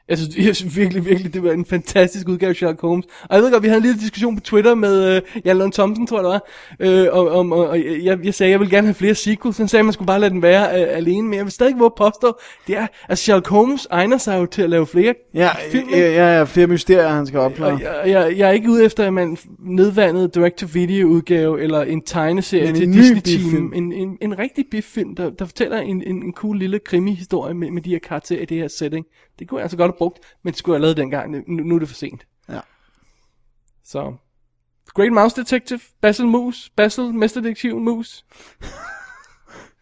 Jeg synes, [LAUGHS] jeg synes virkelig, virkelig, det var en fantastisk udgave af Sherlock Holmes. Og jeg ved godt, vi havde en lille diskussion på Twitter med øh, Jan Lund Thomsen, tror jeg det var. Øh, og, om, og, og jeg, jeg sagde, jeg ville gerne have flere sequels. Han sagde, at man skulle bare lade den være øh, alene. Men jeg vil stadig våge at påstå, det er, at Sherlock Holmes egner sig jo til at lave flere Ja, øh, film. ja, ja, ja flere mysterier, han skal opklare. Og jeg, jeg, jeg er ikke ude efter, at man nedvandede direct-to-video-udgave, eller en tegneserie Men til en ny Disney Team. biffilm. En, en, en rigtig biffilm, der, der fortæller en, en, en cool lille krimi-historie med, med de her karakterer i det her setting. Det kunne jeg altså godt have brugt, men det skulle jeg have lavet dengang. Nu, nu er det for sent. Ja. Så... Great Mouse Detective, Basil Moose, Basil, Mesterdetektiv Moose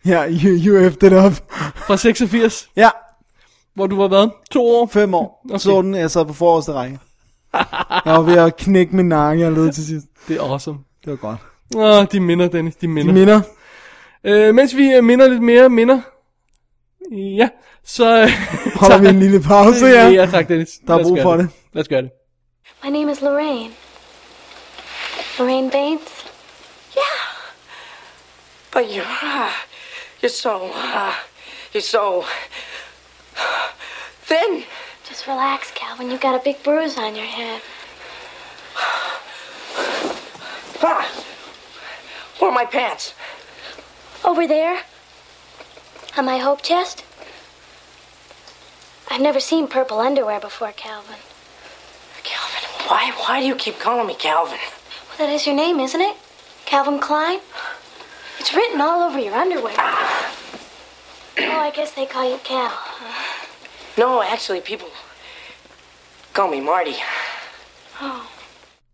Ja, you, you effed it up. fra 86, Ja, hvor du var hvad? To år? fem år. [LAUGHS] Okay. Okay. Så den, jeg sad på forreste række. Jeg var ved at knække min nakke, jeg led til sidst. Det er awesome. Det var godt. Åh, de minder, Dennis, de minder. De minder. Øh, mens vi øh, minder lidt mere minder, ja, så... øh, Holder vi en lille pause, ja. [LAUGHS] ja, tak Dennis. Der er Lad os brug gøre for Lad os gøre det. My name is Lorraine. Lorraine Bates? But you're, uh, you're so, uh, you're so thin. Just relax, Calvin. You got a big bruise on your head. Ah. Where are my pants? Over there? On my hope chest? I've never seen purple underwear before, Calvin. Calvin, why, why do you keep calling me Calvin? Well, that is your name, isn't it? Calvin Klein? It's written all over your underwear. Oh, I guess they call you Cal. No, actually, people call me Marty.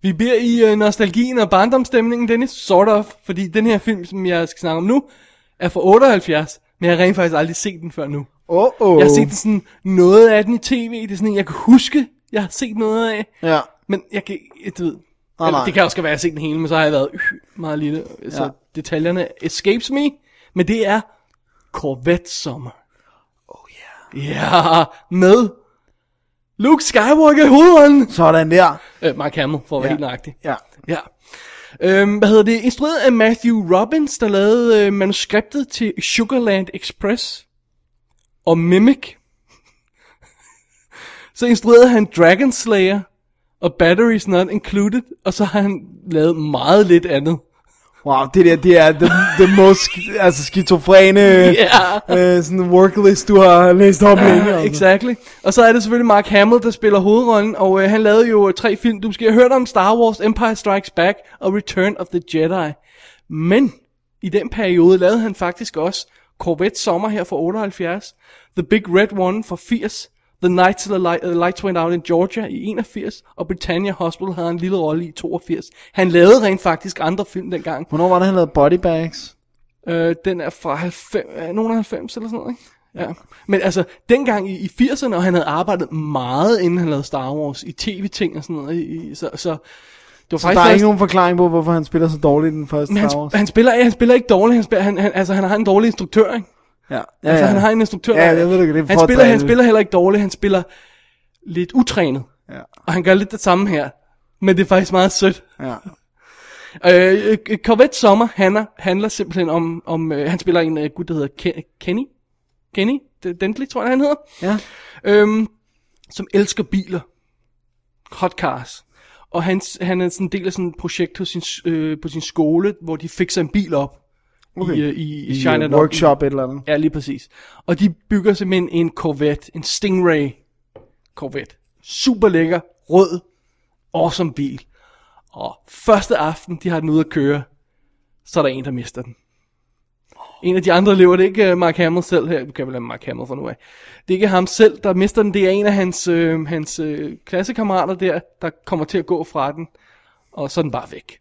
Vi bliver i øh, nostalgien og barndomsstemningen, Dennis, sort of, fordi den her film, som jeg skal snakke om nu, er fra 78, men jeg har rent faktisk aldrig set den før nu. Åh, oh, oh. Jeg har set den sådan noget af den i tv, det er sådan en, jeg kan huske, jeg har set noget af, Ja. men jeg kan ikke, du ved, Nej, Eller, nej. det kan også godt være, at jeg har set den hele, men så har jeg været øh, meget lille, så ja. Ja. detaljerne escapes me, men det er Corvette Sommer. Oh yeah. Ja, med Luke Skywalker i hovedånden. Sådan der. Øh, Mark Hamill, for at være Ja. helt nøjagtig. Ja. Ja. Øhm, hvad hedder det? Instrueret af Matthew Robbins, der lavede øh, manuskriptet til Sugarland Express og Mimic. [LAUGHS] så instruerede han Dragon Slayer og Batteries Not Included, og så har han lavet meget lidt andet. Wow, det der, det er the, the most sk- altså, skizofrene Ja. øh, sådan worklist, du har læst op længe. Altså. Exactly. Og så er det selvfølgelig Mark Hamill, der spiller hovedrollen, og øh, han lavede jo øh, tre film. Du måske har hørt om Star Wars, Empire Strikes Back og Return of the Jedi. Men i den periode lavede han faktisk også Corvette Sommer her fra 78, The Big Red One fra 80, The Night the Light, uh, Lights Went Out in Georgia i 81, og Britannia Hospital havde en lille rolle i 82. Han lavede rent faktisk andre film dengang. Hvornår var det, han lavede bodybags? Øh, den er fra 90, øh, nogen af 90 eller sådan noget, ikke? Ja. Men altså, dengang i, i 80'erne, og han havde arbejdet meget, inden han lavede Star Wars, i tv-ting og sådan noget, i, i- så, så det var Så faktisk... der er først- ikke nogen forklaring på, hvorfor han spiller så dårligt i den første men Star han, Wars. han, spiller, han spiller ikke dårligt, han, spiller, han, han, altså, han har en dårlig instruktør, ikke? Ja. ja, Altså, ja. han har en instruktør. Ja, der- jeg ved det ikke, det er han, for at spiller, han drille. spiller heller ikke dårligt, han spiller lidt utrænet. Ja. Og han gør lidt det samme her. Men det er faktisk meget sødt. Ja. Øh, øh, Corvette Sommer handler, handler simpelthen om, om øh, han spiller en øh, gut, der hedder Ke- Kenny. Kenny D- Dentley, tror jeg, han hedder. ja. Øhm, som elsker biler. Hot cars. Og han, han er sådan en del af sådan et projekt hos sin, s- øh, på sin skole, hvor de fikser en bil op. Okay. I, øh, i, i, I China øh, workshop et eller andet. Ja, lige præcis. Og de bygger simpelthen en Corvette, en Stingray Corvette. Super lækker, rød, awesome bil. Og første aften, de har den ude at køre, så er der en, der mister den. En af de andre elever, det er ikke øh, Mark Hamill selv her, vi kan vel have Mark Hamill for nu af. Det er ikke ham selv, der mister den, det er en af hans, øh, hans øh, klassekammerater der, der kommer til at gå fra den. Og så er den bare væk.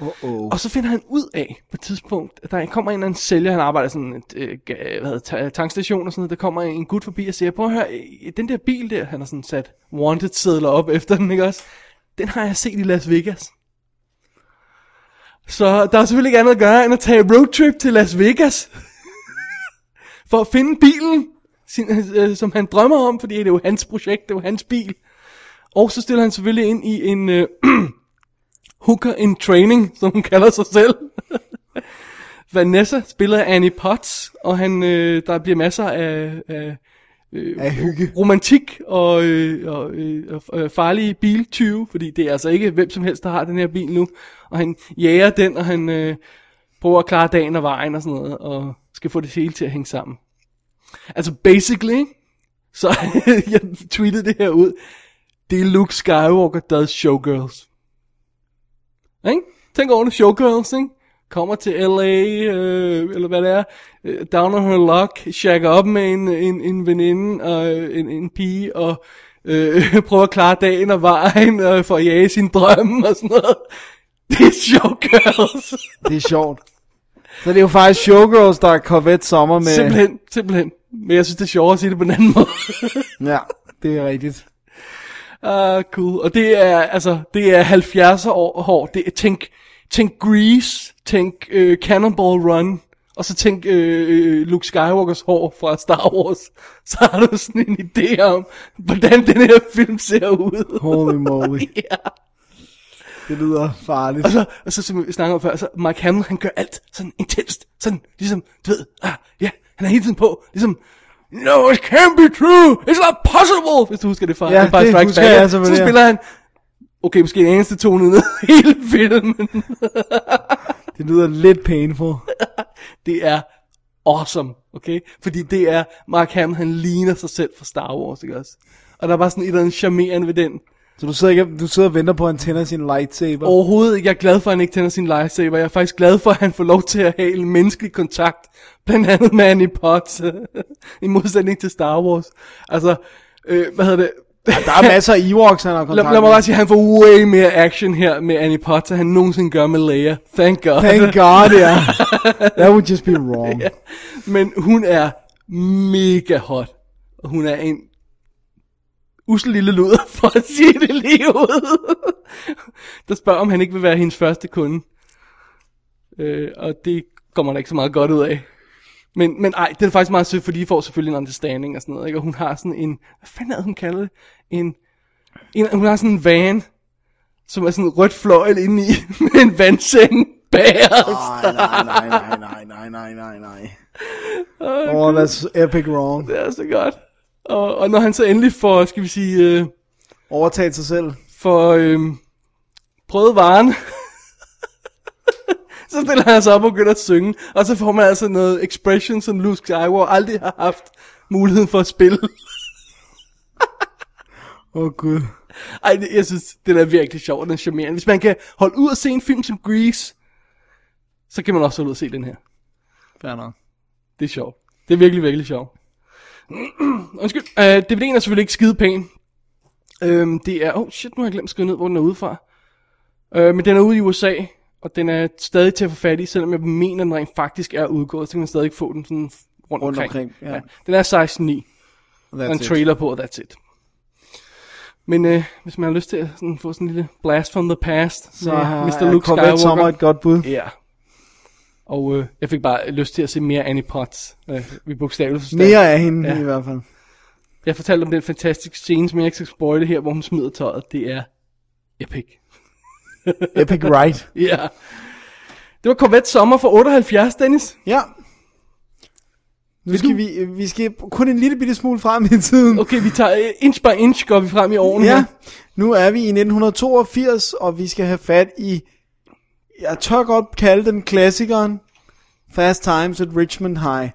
Uh-oh. Og så finder han ud af på et tidspunkt, at der kommer en eller anden sælger, han arbejder i sådan et øh, ga- hvad hedder, det, ta- tankstation og sådan noget, der kommer en gut forbi og siger, prøv at høre, øh, den der bil der, han har sådan sat wanted sædler op efter den, ikke også? Den har jeg set i Las Vegas. Så der er selvfølgelig ikke andet at gøre, end at tage roadtrip til Las Vegas, [LAUGHS] for at finde bilen, sin, øh, som han drømmer om, fordi det er jo hans projekt, det er jo hans bil. Og så stiller han selvfølgelig ind i en... Øh, hooker in training, som hun kalder sig selv. [LAUGHS] Vanessa spiller af Annie Potts, og han, øh, der bliver masser af, af øh, Af hygge. romantik og, øh, og, øh, og øh, farlige biltyve, fordi det er altså ikke hvem som helst, der har den her bil nu. Og han jager den, og han øh, prøver at klare dagen og vejen og sådan noget, og skal få det hele til at hænge sammen. Altså basically, ikke? så [LAUGHS] jeg tweetede det her ud, det er Luke Skywalker, does showgirls. Ikke? Tænk over det, showgirls, ikke? Kommer til L.A., øh, eller hvad det er, øh, down on her luck, shakker op med en, en, en veninde og øh, en, en pige, og øh, [LAUGHS] prøver at klare dagen og vejen, og for at jage sin drømme og sådan noget. Det er showgirls. Det er sjovt. Så det er jo faktisk Showgirls, der er Corvette sommer med... Simpelthen, simpelthen. Men jeg synes, det er sjovere at sige det på en anden måde. Ja, det er rigtigt. Ah, cool. Og det er, altså, det er 70'er år hård. Det er, tænk, tænk Grease, tænk øh, Cannonball Run, og så tænk øh, øh, Luke Skywalkers hår fra Star Wars. [LAUGHS] Så har du sådan en idé om, hvordan den her film ser ud. Holy moly. [LAUGHS] ja. Det lyder farligt. Og så, og så som vi snakkede om før, så Mark Hamill, han gør alt sådan intenst. Sådan, ligesom, du ved, ah, ja, han er hele tiden på, ligesom, No, it can't be true! It's not possible! Hvis du husker det fra Ja, Empire det Strikes husker Back. jeg så selvfølgelig, ja. spiller han, okay, måske en eneste tone ned i hele filmen. Det lyder lidt painful. Det er awesome, okay? Fordi det er, Mark Hamill, han ligner sig selv fra Star Wars, ikke også? Og der var sådan et eller andet charmerende ved den. Så du sidder, ikke, du sidder og venter på, at han tænder sin lightsaber. Overhovedet ikke. Jeg er glad for, at han ikke tænder sin lightsaber. Jeg er faktisk glad for, at han får lov til at have en menneskelig kontakt. Blandt andet med Annie Potts. [LAUGHS] I modsætning til Star Wars. Altså, øh, hvad hedder det? [LAUGHS] Der er masser af Ewoks, han har kontakt Lad, lad mig med. bare sige, at han får way mere action her med Annie Potts, end han nogensinde gør med Leia. Thank God. Thank God, yeah. That would just be wrong. Men hun er mega hot. Og hun er en usel lille luder, [LAUGHS] for at sige det lige ud. Der spørger, om han ikke vil være hendes første kunde. Øh, og det kommer der ikke så meget godt ud af. Men, men ej, det er faktisk meget sødt, fordi de får selvfølgelig en understanding og sådan noget. Ikke? Og hun har sådan en, hvad fanden havde hun kaldet det? En, en, hun har sådan en van, som er sådan et rødt fløjl indeni, [LAUGHS] med en vandseng bagerst. Nej, nej, nej, nej, nej, nej, nej, nej, nej. Oh, that's epic wrong. Det er så godt. Og, og når han så endelig får, skal vi sige, øh, Overtaget sig selv. får øh, prøvet varen, [LAUGHS] så stiller han sig op og begynder at synge. Og så får man altså noget expression, som Luke Skywalker aldrig har haft muligheden for at spille. Åh, oh, gud. Ej, det, jeg synes, det er virkelig sjovt, og den er charmerende. Hvis man kan holde ud og se en film som Grease, så kan man også holde ud og se den her. Fair nok. Det er sjovt. Det er virkelig, virkelig sjovt. [CLEARS THROAT] Undskyld. Uh, DVD'en er selvfølgelig ikke skide pæn. Uh, det er... Oh shit, nu har jeg glemt at skrive ned, hvor den er ude fra. Uh, men den er ude i USA, og den er stadig til at få fat i, selvom jeg mener, den rent faktisk er udgået, så kan man stadig ikke få den sådan rundt, Rundt omkring. omkring, ja. Den er 16.9, og en it. trailer på, og that's it. Men øh, hvis man har lyst til at sådan, få sådan en lille blast from the past Så med har Mr. Luke Corvette Sommer Skywalker. et godt bud. Ja. Og øh, jeg fik bare lyst til at se mere Annie Potts. Øh, vi bogstaveligt forstand. Mere af hende ja. Ja. i hvert fald. Jeg fortalte om den fantastiske scene, som jeg ikke skal spoile her, hvor hun smider tøjet. Det er epic. Epic Ride. Ja. Det var Corvette Sommer fra 78, Dennis. Ja. Nu skal vi, vi skal kun en lille bitte smule frem i tiden. Okay, vi tager øh, inch by inch, går vi frem i årene her. Ja, nu er vi i 1982, og vi skal have fat i, jeg tør godt kalde den klassikeren, Fast Times at Richmond High.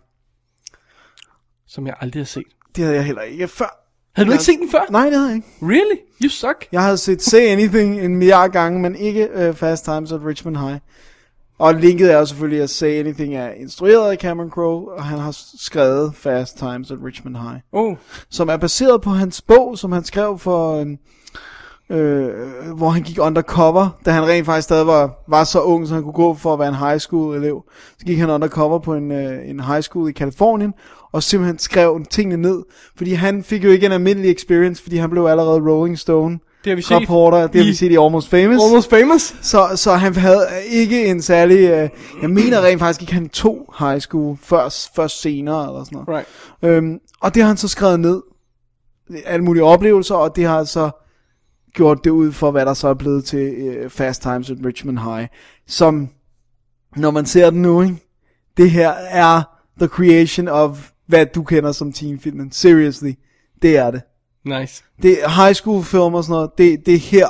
Som jeg aldrig har set. Det havde jeg heller ikke før. Havde du ikke set den før? Nej, det havde jeg ikke. Really? You suck. Jeg havde set Say Anything en milliard gange, men ikke uh, Fast Times at Richmond High. Og linket er jo selvfølgelig, at Say Anything er instrueret af Cameron Crowe, og han har skrevet Fast Times at Richmond High. Oh. som er baseret på hans bog, som han skrev for, øhm, øh, hvor han gik undercover, da han rent faktisk stadig var, var så ung, så han kunne gå for at være en high school elev. Så gik han undercover på en, øh, en high school i Kalifornien, og simpelthen skrev tingene ned, fordi han fik jo ikke en almindelig experience, fordi han blev allerede Rolling Stone. Det har vi set Rapporter, det har vi i- set i Almost Famous. Almost famous. Så, så han havde ikke en særlig... Øh, jeg mener rent faktisk ikke, han tog high school først, først senere eller sådan noget. Right. Øhm, og det har han så skrevet ned. Alle mulige oplevelser, og det har så gjort det ud for, hvad der så er blevet til øh, Fast Times at Richmond High. Som, når man ser den nu, ikke? det her er the creation of, hvad du kender som teenfilmen. Seriously, det er det. Nice. Det high school film og sådan noget, det, det er her.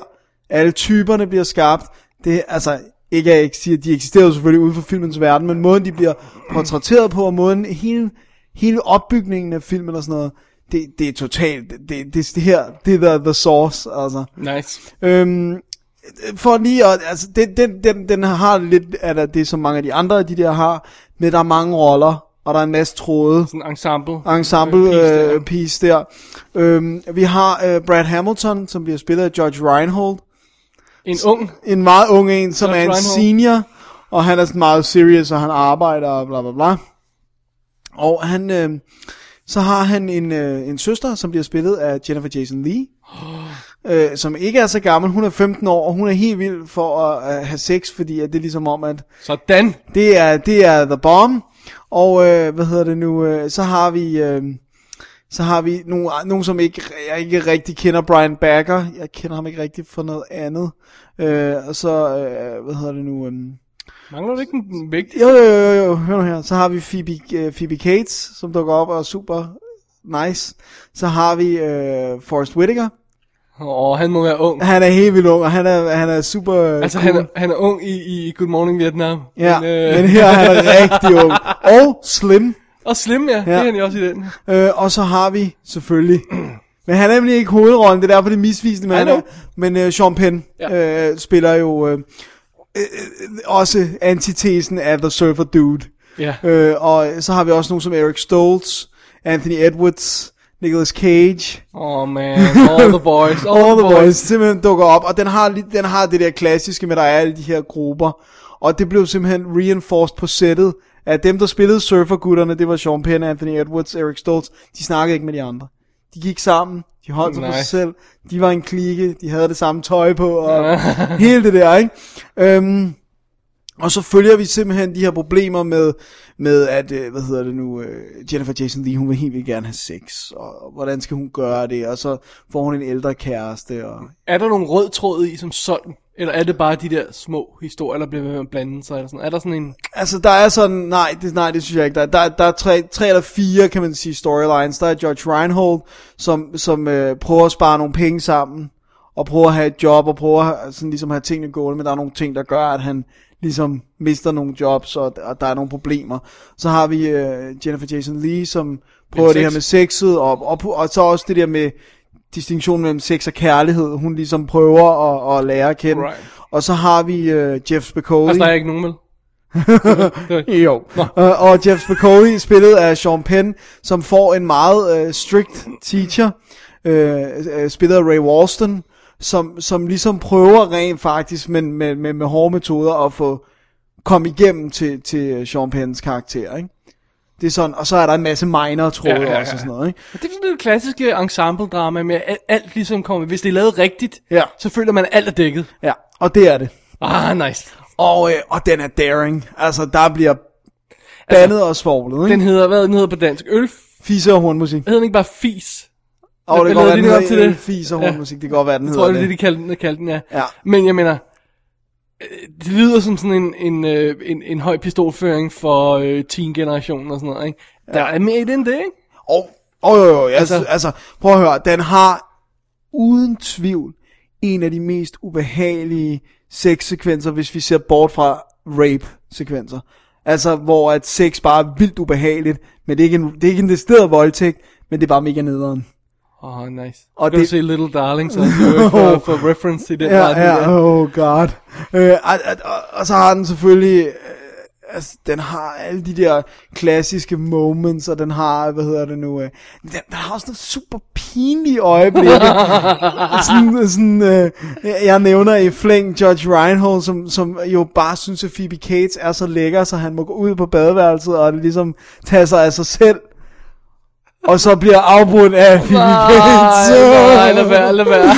Alle typerne bliver skabt. Det altså, ikke at jeg ikke siger, de eksisterer jo selvfølgelig uden for filmens verden, men måden de bliver portrætteret på, og måden hele, hele opbygningen af filmen og sådan noget, det, det er totalt, det, det, det, det her, det er the, the source, altså. Nice. Øhm, for lige at, altså, den, den, den, den har lidt af det, som mange af de andre af de der har, med der er mange roller, og der er en masse tråde Sådan en ensemble. ensemble piece der. øh, piece der. Øhm, vi har øh, Brad Hamilton, som bliver spillet af George Reinhold. En ung. En meget ung en, som George er en Reinhold. senior, og han er sådan meget serious, og han arbejder og bla bla bla. Og han, øh, så har han en, øh, en søster, som bliver spillet af Jennifer Jason [GASPS] Lee. Øh, som ikke er så gammel, hun er 15 år, og hun er helt vild for at øh, have sex, fordi at det er ligesom om, at Sådan. det er, det er The Bomb. Og øh, hvad hedder det nu? Øh, så har vi... Øh, så har vi nogle, ah, nogle som ikke, jeg ikke rigtig kender Brian Bagger. Jeg kender ham ikke rigtig for noget andet. Øh, og så, øh, hvad hedder det nu? Øh, Mangler du ikke en vigtig? jo, jo, jo, jo, jo, hør nu her. Så har vi Phoebe, øh, Phoebe Cates, som dukker op og er super nice. Så har vi øh, Forrest Whitaker. Åh, oh, han må være ung. Han er helt vildt ung, og han er, han er super øh, Altså, cool. han er, han er ung i, i Good Morning Vietnam. Ja, Men, øh, men her er [LAUGHS] han rigtig ung. Og slim. Og Slim, ja. ja. Det er han jo også i den. Øh, og så har vi selvfølgelig... [CLEARS THROAT] Men han er nemlig ikke hovedrollen, det er derfor det er misvisende, men, I han know. er, men øh, Sean Penn Ja. øh, spiller jo øh, øh, også antitesen af The Surfer Dude. Ja. Øh, og så har vi også nogen som Eric Stoltz, Anthony Edwards, Nicolas Cage, Åh, oh, man. All the boys. All, All the Boys simpelthen dukker op, og den har, li- den har det der klassiske med, at der er alle de her grupper, og det blev simpelthen reinforced på sættet, at dem, der spillede surfergutterne, det var Sean Penn, Anthony Edwards, Eric Stoltz, de snakkede ikke med de andre. De gik sammen, de holdt sig for sig Nice. selv, de var en klike, de havde det samme tøj på, og hele det der, ikke? Øhm, og så følger vi simpelthen de her problemer med, med at, øh, hvad hedder det nu, øh, Jennifer Jason Lee, hun vil helt vildt gerne have sex, og, og hvordan skal hun gøre det, og så får hun en ældre kæreste, og [LAUGHS] Er der nogle rød tråd i som sådan? Eller er det bare de der små historier, der bliver ved med at blande sig? Eller sådan? Er der sådan en... Altså, der er sådan, nej, det, nej, det synes jeg ikke. Der, er- der, er- der er tre, tre eller fire, kan man sige, storylines. Der er George Reinhold, som, som øh, prøver at spare nogle penge sammen, og prøver at have et job, og prøver at, sådan, ligesom at have tingene gående, men der er nogle ting, der gør, at han ligesom mister nogle jobs, og, og der er nogle problemer. Så har vi øh, Jennifer Jason Lee, som prøver Med det her sex. med sexet, og, og, og, så også det der med distinktionen mellem sex og kærlighed, hun ligesom prøver at, at lære at kende. Right. Og så har vi øh, Jeff Spicoli. Altså, der er ikke [LAUGHS] nogen, vel? Jo. Uh, og Jeff Spicoli spillet af Sean Penn, som får en meget uh, strict teacher, uh, spillet af Ray Walston, som, som ligesom prøver rent faktisk, men med, med, med hårde metoder, at få komme igennem til, til øh, Sean Penns karakter, ikke? Det er sådan, og så er der en masse minor tråde ja, ja, ja. også og sådan noget, ikke? Det er sådan det klassiske ensemble-drama med, at alt ligesom kommer. Hvis det er lavet rigtigt, Ja. så føler man, at alt er dækket. Ja, og det er det. Ah, nice. Og, øh, og den er daring. Altså, der bliver bandet og svoglet, ikke? Altså, Den hedder, hvad den hedder på dansk? Øl... Fiser og hornmusik. Hedder den ikke bare fis? Og det Hvad kan godt lavede være, de den hedder nu op til til det? det. Fiser og hornmusik. Det kan godt være, den Jeg hedder tror, det er det, det. de kaldte den, kaldte den ja. Ja. Men jeg mener, øh, det lyder som sådan en, en, øh, en, en høj pistolføring for øh, teen-generationen og sådan noget, ikke? Der er mere i den, det, ikke? Og, og jo, jo, jo, altså, Altså- altså, prøv at høre, den har uden tvivl en af de mest ubehagelige sexsekvenser, hvis vi ser bort fra rape-sekvenser. Altså, hvor at sex bare er vildt ubehageligt, men det er ikke en, det er ikke en decideret voldtægt, men det er bare mega nederen. Åh, oh, nice. Og Og Skal det... det- du se Little [LAUGHS] Darling, så du ikke for, for reference til den Ja, retning, ja, oh god. Øh, og, og, og, og så har den selvfølgelig, øh, altså, den har alle de der klassiske moments, og den har, hvad hedder det nu, øh, den, den har også nogle super pinlige [LAUGHS] øjeblikke. sådan, sådan, øh, jeg nævner i flæng George Reinhold, som, som jo bare synes, at Phoebe Cates er så lækker, så han må gå ud på badeværelset og ligesom tage sig af sig selv. Og så bliver afbrudt af Phoebe Cates. Nej, nej, lad være, lad [LAUGHS] være.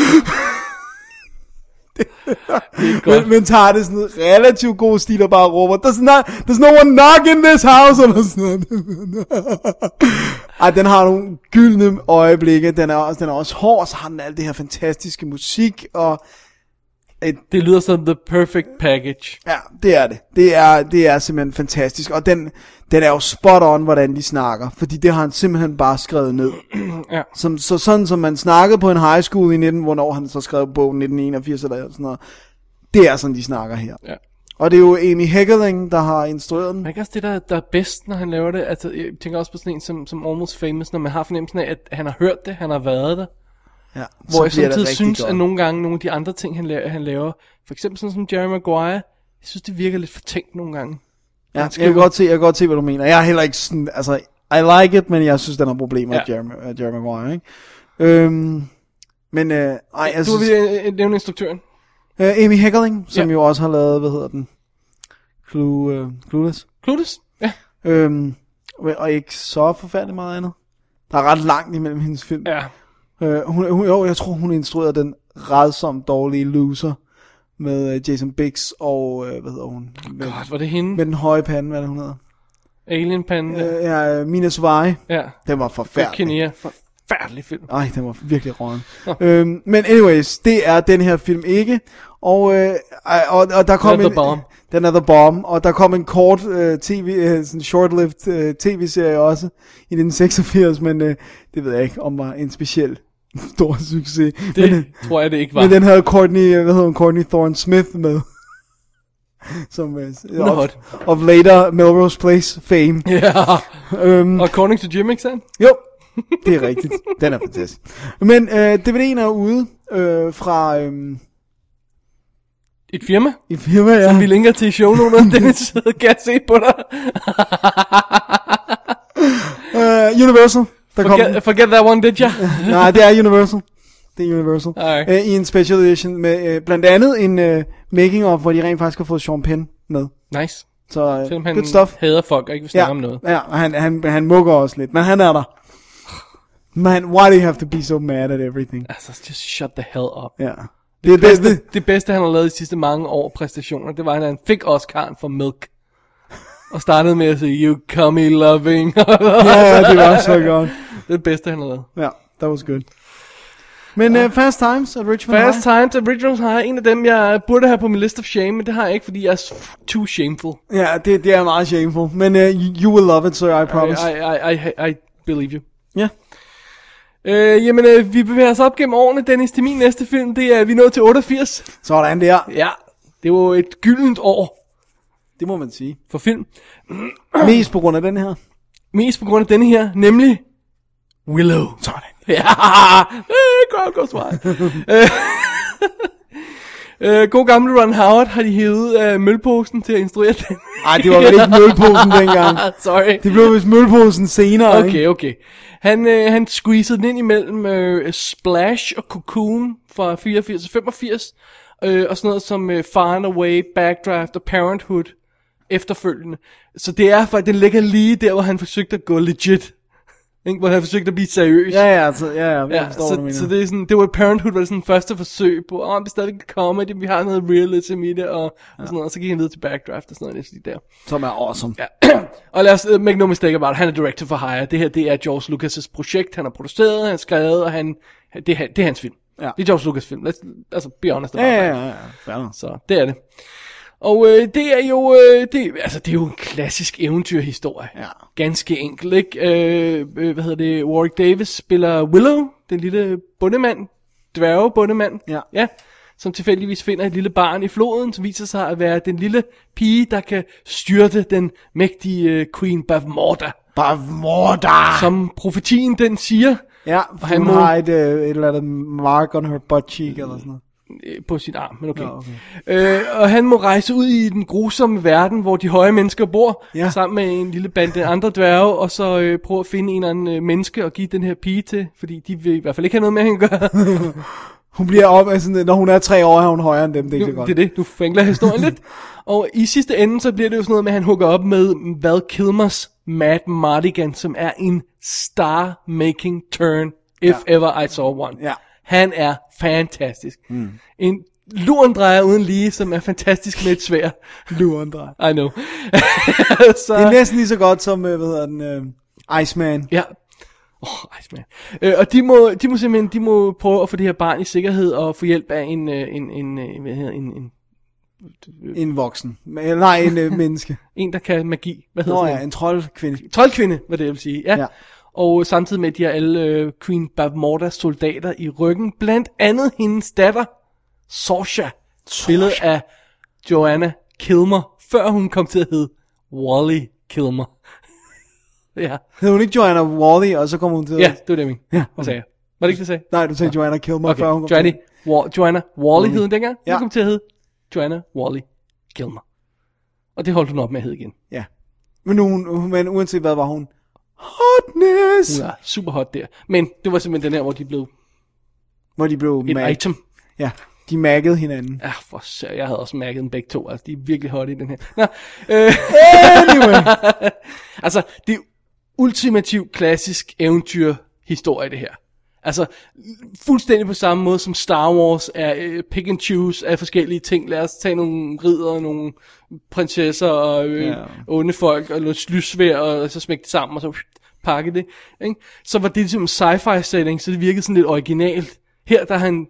Men, men tager det sådan noget relativt god stil og bare råber, there's, not, there's no one knock in this house, eller sådan noget. [LAUGHS] Ej, den har nogle gyldne øjeblikke, den er, også, den er også hård, så har den alt det her fantastiske musik, og Det lyder som the perfect package. ja, det er det. Det er, det er simpelthen fantastisk, og den, den er jo spot on, hvordan de snakker, fordi det har han simpelthen bare skrevet ned. Ja. Som, så sådan som man snakkede på en high school i 19, hvornår han så skrev bogen 1981 eller sådan noget, det er sådan, de snakker her. ja. Og det er jo Amy Heckerling, der har instrueret den. Men ikke også det, der, der er bedst, når han laver det. Altså, jeg tænker også på sådan en som, som Almost Famous, når man har fornemmelsen af, at han har hørt det, han har været der. Ja, Hvor jeg samtidig synes, godt. at nogle gange nogle af de andre ting, han laver, han laver for eksempel sådan som Jerry Maguire, jeg synes, det virker lidt fortænkt nogle gange. ja, jeg, kan skriver- godt se, jeg kan godt se, hvad du mener. Jeg er heller ikke sådan, altså, I like it, men jeg synes, den har problemer, Ja. ja. Jeremy, uh, Jeremy Maguire, ikke? Øhm, men, øh, ej, jeg du synes, vil øh, øh, nævne instruktøren. øh, Amy Heckerling, som Ja. ja. jo også har lavet, hvad hedder den? Clue, øh, Clueless. Clueless? Ja. Øhm, og- og ikke så forfærdelig meget andet. Der er ret langt imellem hendes film. Ja. Øh, hun, hun, jo, jeg tror, hun instruerede den redsomt dårlige Loser med øh, Jason Biggs og, øh, hvad hedder hun? Med, Godt, var det hende? med den høje pande, hvad er det, hun hedder? Alien Pan? Øh, Øh, ja, øh, Mina Suvari. ja. Den var Færdig. forfærdelig. Kinea. Forfærdelig film. Ej, den var virkelig [LAUGHS] råden. øhm, men anyways, det er den her film ikke. Og, øh, ej, og, og der kom Den er en, the bomb. Den er The Bomb. Og der kom en kort øh, tv, øh, sådan short-lived øh, tv-serie også i 1986, men øh, det ved jeg ikke, om var en speciel [LAUGHS] stor succes. [LAUGHS] Det men, øh, tror jeg, det ikke var. men den havde Courtney, øh, hvad hedder hun, Courtney Thorne Smith med. [LAUGHS] Som øh, of, hot. of later Melrose Place fame. [LAUGHS] Ja. Øhm, Og According to Jim, ikke sandt? Jo, det er rigtigt. Den er fantastisk. Men øh, DVD'en er ude øh, fra øh, Et firma? i firma, ja. Ja. Vi linker til shownoterne, [LAUGHS] Dennis sidder kan jeg se på dig. Øh, Universal. Der kom Forget, den. forget that one, did ya? [LAUGHS] Nej, det er Universal. Det er Universal. Alright. Øh, I en special edition med øh, blandt andet en øh, making of, hvor de rent faktisk har fået Sean Penn med. nice. Så øh, Selvom han good stuff. hader folk og ikke vil snakke om noget. ja og han, han, han mukker også lidt, men han er der. Man, why do you have to be so mad at everything? Altså, just shut the hell up. Altså, Ja. Det, det, det, det, Det bedste, han har lavet de sidste mange år præstationer, det var, at han fik Oscar'en for Milk. Og startede med at sige, you come loving. [LAUGHS] ja, det var så godt. det bedste, han har lavet. Ja, that was good. Men uh, Fast Times at Richmond High. Fast Times at Ridgemont High, en af dem, jeg burde have på min list of shame, men det har jeg ikke, fordi jeg er s- too shameful. Ja, det, det er meget shameful. Men uh, you, you will love it, sir, I I, promise. I, I, I, I believe you. Ja. Øh, jamen, øh, vi bevæger os op gennem årene, Dennis, til min næste film, det er, vi nåede til 88. Sådan der. Ja, det var jo et gyldent år Det må man [CLEARS THROAT] sige. for film. Mest på grund af den her. Mest på grund af denne her, nemlig Willow. Sådan. [LAUGHS] Ja, det går godt [LAUGHS] svar. Øh, god gamle Ron Howard har de hævet øh, mølposen til at instruere den. Nej, det var vel ikke mølposen dengang. [LAUGHS] Sorry. [LAUGHS] Det blev vist mølposen senere, ikke? Okay, okay. Han, øh, han squeezede den ind imellem øh, Splash og Cocoon fra 84 og 85, øh, og sådan noget som øh, Far and Away, Backdraft og Parenthood efterfølgende. Så det er faktisk, den ligger lige der, hvor han forsøgte at gå legit. Ikke, hvor han forsøgte at blive seriøs. Ja, ja, så, ja, ja, jeg Ja, forstår, så, hvad du mener. så det, er sådan, det var Parenthood, var det sådan første forsøg på, åh, oh, vi er stadigvæk en comedy, vi har noget realism i det, og, og sådan noget, og så gik han videre til Backdraft og sådan noget, næsten der. Som er awesome. Ja. [CLEARS THROAT] Og lad os uh, make no mistake about it, han er director for Hire. Det her, det er George Lucas' projekt, han har produceret, han har skrevet, og han, det, er, han- det er hans film. Ja. Det er George Lucas' film, Let's, altså be honest about Ja, it. ja, ja, ja. Fair nok. Så det er det. Og øh, det er jo øh, det, altså, det er jo en klassisk eventyrhistorie. Ja. Ganske enkelt, ikke? Øh, øh, hvad hedder det? Warwick Davis spiller Willow, den lille bundemand, dværgebundemand. Ja. ja. Som tilfældigvis finder et lille barn i floden, som viser sig at være den lille pige, der kan styrte den mægtige øh, Queen Bavmorda. Bare morda! Som profetien den siger Ja, Og han han må- har et, øh, et eller andet mark on her butt cheek eller sådan noget. øh, på sin arm, men okay. Nå, okay. Øh, og han må rejse ud i den grusomme verden, hvor de høje mennesker bor, ja. Ja. sammen med en lille bande andre dværge, og så øh, prøve at finde en eller anden øh, menneske og give den her pige til, fordi de vil i hvert fald ikke have noget med, at han gør. Hun bliver op, altså, når hun er tre år, er hun højere end dem, det er ikke så Nu, godt. det er det, du fængler historien [LAUGHS] lidt. Og i sidste ende, så bliver det jo sådan noget med, at han hugger op med Val Kilmers Mad Mardigan, som er en star-making turn, if ja. ever I saw one. Ja. Han er fantastisk. Mm. En lurendrejer uden lige, som er fantastisk med et svær. [LAUGHS] Luren drej. I know. [LAUGHS] så, Det er næsten lige så godt som, øh, hvad hedder den, øh, Iceman. Ja. Åh, oh, man. Øh, og de må, de må simpelthen de må prøve at få det her barn i sikkerhed og få hjælp af en, øh, en, en, øh, hvad hedder, en, en, En voksen. Men- Nej, en [LAUGHS] øh, menneske. en, der kan magi. Hvad hedder Nå sådan ja, en? en troldkvinde. Troldkvinde, hvad det vil sige. Ja. ja. Ja. Og samtidig med, at de har alle øh, Queen Bavmordas soldater i ryggen. Blandt andet hendes datter, Sorsha, spillet af Joanna Kilmer, før hun kom til at hedde Wally Kilmer. [LAUGHS] ja. Hed hun ikke Joanna Wally, og så kom hun til... ja, det var det, jeg mente. Ja, Hvad sagde jeg? Var det ikke, det jeg sagde? Nej, du sagde Joanna Kilmer, Okay, før hun kom Joanny, til. Mm. Wa- Joanna Wally hed hun dengang. Ja. Ja. Hun kom til at hedde Joanna Wally Gilmer. Og det holdt hun op med at hedde igen. Ja. Men, nu, hun, men uanset hvad, var hun... Hotness! Hun var super hot der. Men det var simpelthen den her, hvor de blev Hvor de blev et mag- item. Ja, de maggede hinanden. Ja, Ah, for sær, jeg havde også mærket dem begge to. Altså, de er virkelig hot i den her. Nå, øh, Anyway. [LAUGHS] altså, det er ultimativ klassisk eventyrhistorie, det her. Altså, fuldstændig på samme måde som Star Wars er øh, pick and choose af forskellige ting. Lad os tage nogle ridder, nogle prinsesser og øh, Ja. onde folk og noget lyssvær, og så smække det sammen, og så pakke det. Ikke? Så var det ligesom sci-fi setting, så det virkede sådan lidt originalt. Her der er han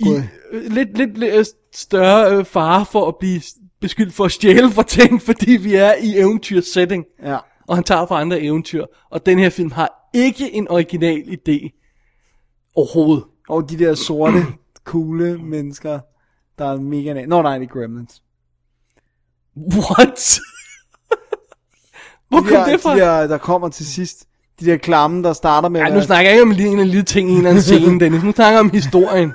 i Gud. øh, lidt, lidt, lidt øh, større øh, fare for at blive s- beskyldt for at stjæle for ting, [LAUGHS] fordi vi er i eventyrsetting. ja. Og han tager fra andre eventyr. Og den her film har ikke en original idé. Overhovedet. [LAUGHS] Og de der sorte, coole mennesker, der er mega... na- Nå, nej, det er Gremlins. What? Hvor De kom der, det fra? de der, der kommer til sidst. De der klamme, der starter med... at Ej, nu være- snakker jeg ikke om lige en eller anden lille ting i en [LAUGHS] eller anden scene, Dennis. Nu snakker jeg om historien.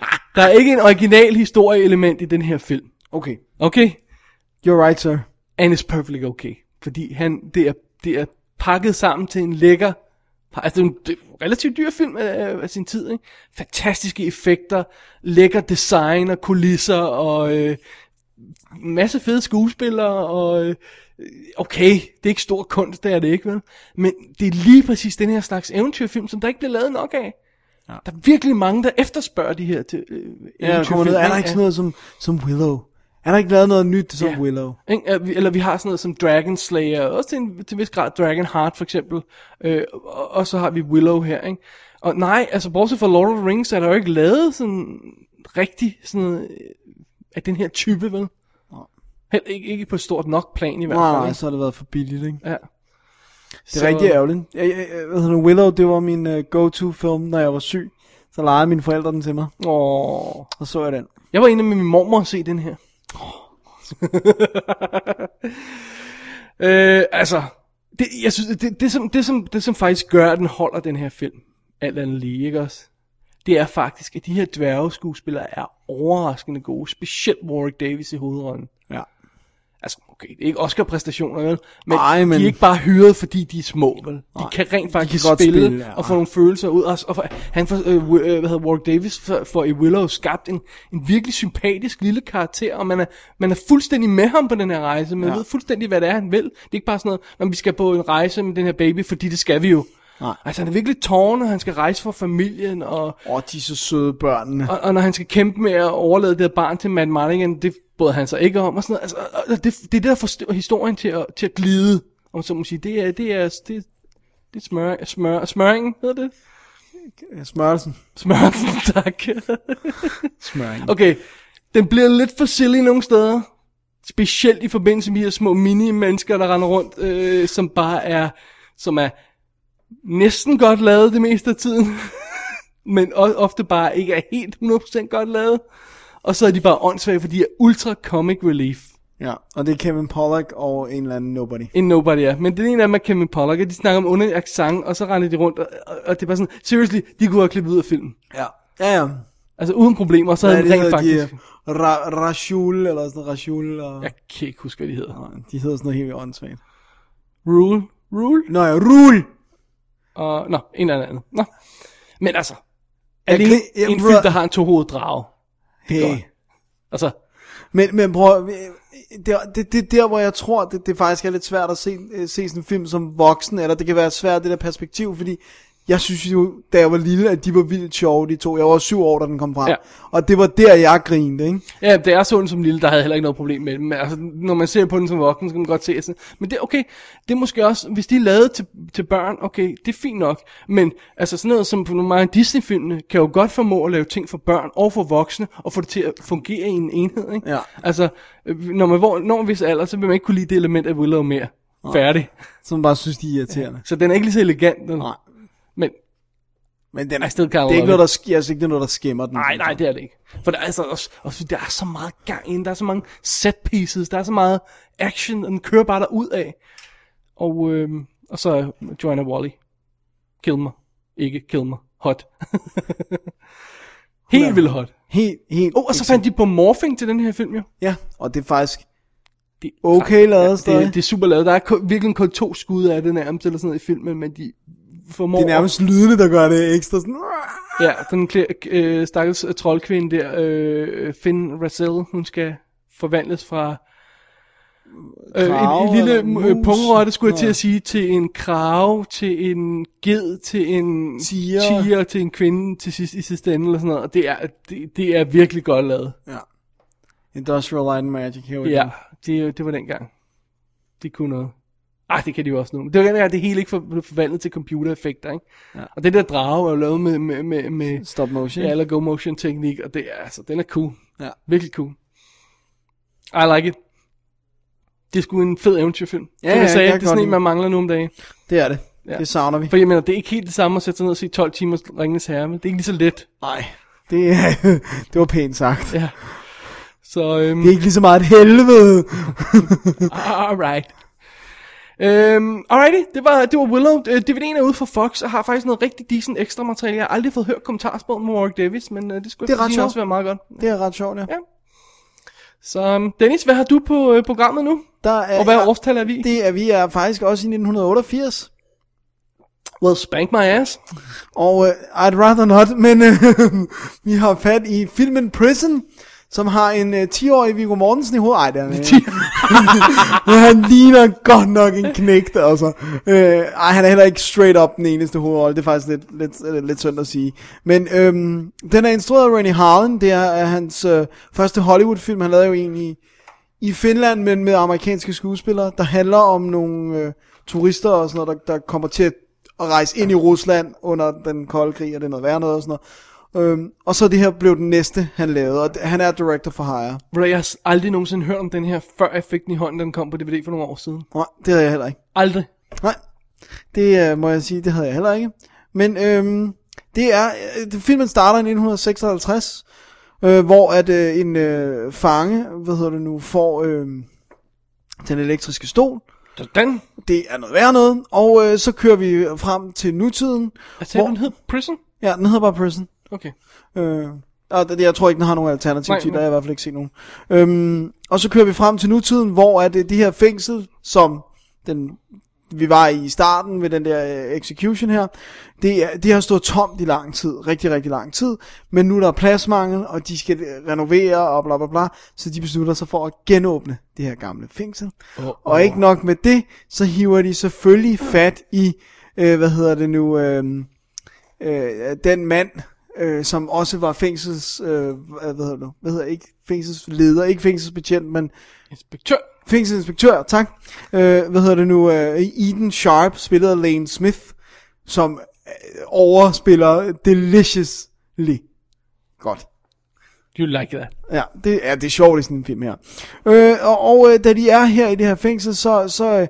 Ah. Der er ikke en original historieelement i den her film. Okay, Okay? you're right, sir. And it's perfectly okay. Fordi han, det, er, det er pakket sammen til en lækker... Altså, det er en det er en relativt dyr film af, af sin tid, ikke? Fantastiske effekter, lækker design og kulisser, og øh, en masse fede skuespillere, og øh, okay, det er ikke stor kunst, det er det ikke, vel? Men det er lige præcis den her slags eventyrfilm, som der ikke bliver lavet nok af. Ja. Der er virkelig mange, der efterspørger de her til, øh, Ja, der kommer ned. Er der ikke sådan noget som, som Willow? Er der ikke lavet noget nyt som Ja. Willow? Ikke? At vi- Eller vi har sådan noget som Dragon Slayer, og også til en, til en vis grad Dragon Heart for eksempel, øh, og, og så har vi Willow her, ikke? Og nej, altså bortset fra Lord of the Rings, er der jo ikke lavet sådan rigtig sådan noget, øh, af den her type, vel? Helt ikke, ikke på et stort nok plan i hvert Nej, fald. nej, ikke? så har det været for billigt, ikke? Ja. Det er så... rigtig ærgerligt. Jeg, jeg, jeg, hvad hedder det, Willow, det var min uh, go-to-film, når jeg var syg. Så lejede mine forældre den til mig, Åh. og så jeg den. Jeg var inde med min mormor og se den her. [LAUGHS] øh, altså, det, jeg synes, det, det, som, det, som, det som faktisk gør, at den holder den her film, alt andet lige, ikke også? Det er faktisk, at de her dværgeskuespillere er overraskende gode, specielt Warwick Davis i hovedrollen. Ja. Altså, okay, det er ikke Oscar-præstationer, vel? Men, Ej, men- de er ikke bare hyret, fordi de er små, vel? De Nej, kan rent faktisk godt spille, spille, ja. og få nogle følelser ud. Og, og for, han for, øh, Wi- øh, hvad hedder Warwick Davis for, for i Willow skabt en, en virkelig sympatisk lille karakter, og man er, man er fuldstændig med ham på den her rejse. Man Ja. ja. ved fuldstændig, hvad det er, han vil. Det er ikke bare sådan noget, når vi skal på en rejse med den her baby, fordi det skal vi jo. Nej. Altså, han er virkelig tårne, og han skal rejse for familien, og Åh, de er så søde børnene. og, og når han skal kæmpe med at overlade det her barn til Matt Mardigan, det bryder han sig ikke om. Og sådan noget. Altså, og- og det, det er det, der får st- historien til at, til at glide, om så må sige. Det er, det er, det, det er smør, smør, smøringen, hedder det? Smørelsen. Smøringen, [LAUGHS] tak. Smøringen. Okay, den bliver lidt for silly nogle steder. Specielt i forbindelse med de her små mini-mennesker, der render rundt, øh, som bare er, som er næsten godt lavet det meste af tiden. [LAUGHS] men o- ofte bare ikke er helt 100% godt lavet. Og så er de bare åndssvage, fordi de er ultra comic relief. Ja, og det er Kevin Pollack og en eller anden nobody. En nobody er. Men den ene af dem er Kevin Pollack, og de snakker om under accent, og så render de rundt, og, og, og, det er bare sådan, seriously, de kunne have klippet ud af filmen. Ja. Ja, ja. Altså uden problemer, så havde Hvad de er det, rent hedder faktisk... de? Ra- Rashul, eller sådan noget, Rashul, og... Jeg kan ikke huske, hvad de hedder. De hedder sådan noget helt åndssvagt. Rule? Rule? Nå ja, Rul! og nå, en eller anden. Nå. Men altså, Jeg alene kan- jeg- en prøv film, at- der har en tohovedet drage. Hey. Altså, Men, men prøv, at- det er det, det, er der, hvor jeg tror, det, det faktisk er lidt svært at se, øh, se sådan en film som voksen, eller det kan være svært det der perspektiv, fordi jeg synes jo, da jeg var lille, at de var vildt sjove, de to. Jeg var syv år, da den kom frem. Ja. Ja. Og det var der, jeg grinede, ikke? ja, det er sådan som lille, der havde jeg heller ikke noget problem med det. Men altså, når man ser på den som voksen, så kan man godt se at sådan. Men det er okay, det er måske også, hvis de er lavet til, til børn, okay, det er fint nok. Men altså sådan noget som på nogle af Disney-filmene, kan jo godt formå at lave ting for børn og for voksne, og få det til at fungere i en enhed, ikke? Ja. Altså, øh, når man hvor- når en vis alder, så vil man ikke kunne lide det element af Willow mere. Færdig. Som bare synes, de er irriterende. Så den er ikke lige så elegant. Den. Nej. Men Men den er, I still can't det er ikke love noget, it. der, sk- jeg synes ikke, det er noget, der skimmer den. Nej, nej, det er det ikke. For der er altså også, også der er så meget gang ind, der er så mange set pieces, der er så meget action, og den kører bare derud af. Og, øhm, og så Joanna Wally. Kill mig. Ikke kill mig. Hot. [LAUGHS] Hun er- Helt vildt hot. Helt, helt. Oh, og så fandt de på morphing til den her film, jo. Ja, og det er faktisk Det er okay lavet det, stadig. det, er super lavet. Der er kun, virkelig kun to skud af det nærmest, eller sådan noget i filmen, men de formår... Det er nærmest lydene, der gør det ekstra sådan... Ja, den kle- øh, stakkels øh, troldkvinde der, øh, Finn Rassel, hun skal forvandles fra øh, en, Krage en lille eller øh, mus? pungrotte, skulle jeg Nå, til ja. at sige, til en krave, til en ged, til en Tiger. tiger til en kvinde til sidst, i sidste ende, eller sådan noget. Og det er, det, det er virkelig godt lavet. Ja. Industrial Light and Magic, here we Ja, go. det, det var dengang. De kunne noget. Ej, det kan de jo også nu. Det var dengang, det hele ikke for- blev forvandlet til computereffekter, ikke? Ja. Og den der drage er jo lavet med, med, med, med Stop motion. Ja, eller go motion teknik, og det er altså, den er cool. Ja. Virkelig cool. I like it. Det er sgu en fed eventyrfilm. Ja, Ja, Som ja, jeg sagde, jeg det kan er sådan godt Mm. en, man mangler nu om dagen. Det er det. Ja. Ja. Det savner vi. For jeg mener, det er ikke helt det samme at sætte sig ned og se 12 timers Ringens Herre, men det er ikke lige så let. Nej, det, er- [LAUGHS] det var pænt sagt. Ja. Så, øhm, Det er ikke lige så meget et helvede. alright. Øhm, alrighty, det var, det var Willow. Øh, DVD'en er ude for Fox og har faktisk noget rigtig decent ekstra materiale. Jeg har aldrig fået hørt kommentarsporet med Warwick Davis, men øh, det skulle Det er ret eftersigende sjovt. også være meget godt. Det er ret sjovt, ja. Ja. Så øhm, Dennis, hvad har du på øh, programmet nu? Der er, Og hvad er, årstal er vi? i? det er, vi er faktisk også i 1988. Well, spank my ass. Og øh, I'd rather not, [LAUGHS] men øh, vi har fat i filmen Prison, som har en øh, 10-årig Viggo Mortensen i hovedet. Ej, det er [LAUGHS] han ikke. Men han ligner godt nok en knægt, altså. Øh, ej, han er heller ikke straight up den eneste hovedrolle. Det er faktisk lidt, lidt, øh, lidt synd at sige. Men øhm, den er instrueret af Rennie Harlan. Det er, er hans øh, første Hollywood-film. Han lavede jo en i, i Finland, men med amerikanske skuespillere, der handler om nogle øh, turister og sådan noget, der, der kommer til at at rejse ind i Rusland under den kolde krig, og det er noget værre noget og sådan noget. Øhm, og så det her blev den næste, han lavede, og d- han er director for Hire. Bro, jeg har s- aldrig nogensinde hørt om den her, før jeg fik den i hånden, da den kom på DVD for nogle år siden. Nej, det havde jeg heller ikke. Aldrig. Nej, det øh, må jeg sige, det havde jeg heller ikke. Men øhm, det er, øh, det- filmen starter i 1956, øh, hvor at øh, en øh, fange, hvad hedder det nu, får øh, den elektriske stol. Den. Det er noget værre noget, og øh, så kører vi frem til nutiden. Altså, Hvor- den hed Prison? Ja, den hedder bare Prison. Okay. Øh, Og det, jeg tror ikke, den har nogen alternativ Nej, til, der nej. har jeg i hvert fald ikke set nogen. Øhm, og så kører vi frem til nutiden, hvor er det det her fængsel, som den, vi var i i starten ved den der øh, execution her, det, er, det har stået tomt i lang tid, rigtig, rigtig lang tid, men nu er der pladsmangel, og de skal øh, renovere og bla bla bla, så de beslutter sig for at genåbne det her gamle fængsel. Oh, oh. Og ikke nok med det, så hiver de selvfølgelig fat i, øh, hvad hedder det nu, øh, øh, den mand, øh, som også var fængsels, øh, hvad hedder det nu, hvad hedder det? ikke fængselsleder, ikke fængselsbetjent, men Inspektør. fængselsinspektør, tak, øh, hvad hedder det nu, øh, Eden Sharp, spillet af Lane Smith, som øh, overspiller deliciously godt. You like that. Ja, det, ja, det er sjovt i sådan en film her. Øh, og og øh, da de er her i det her fængsel, så, så øh,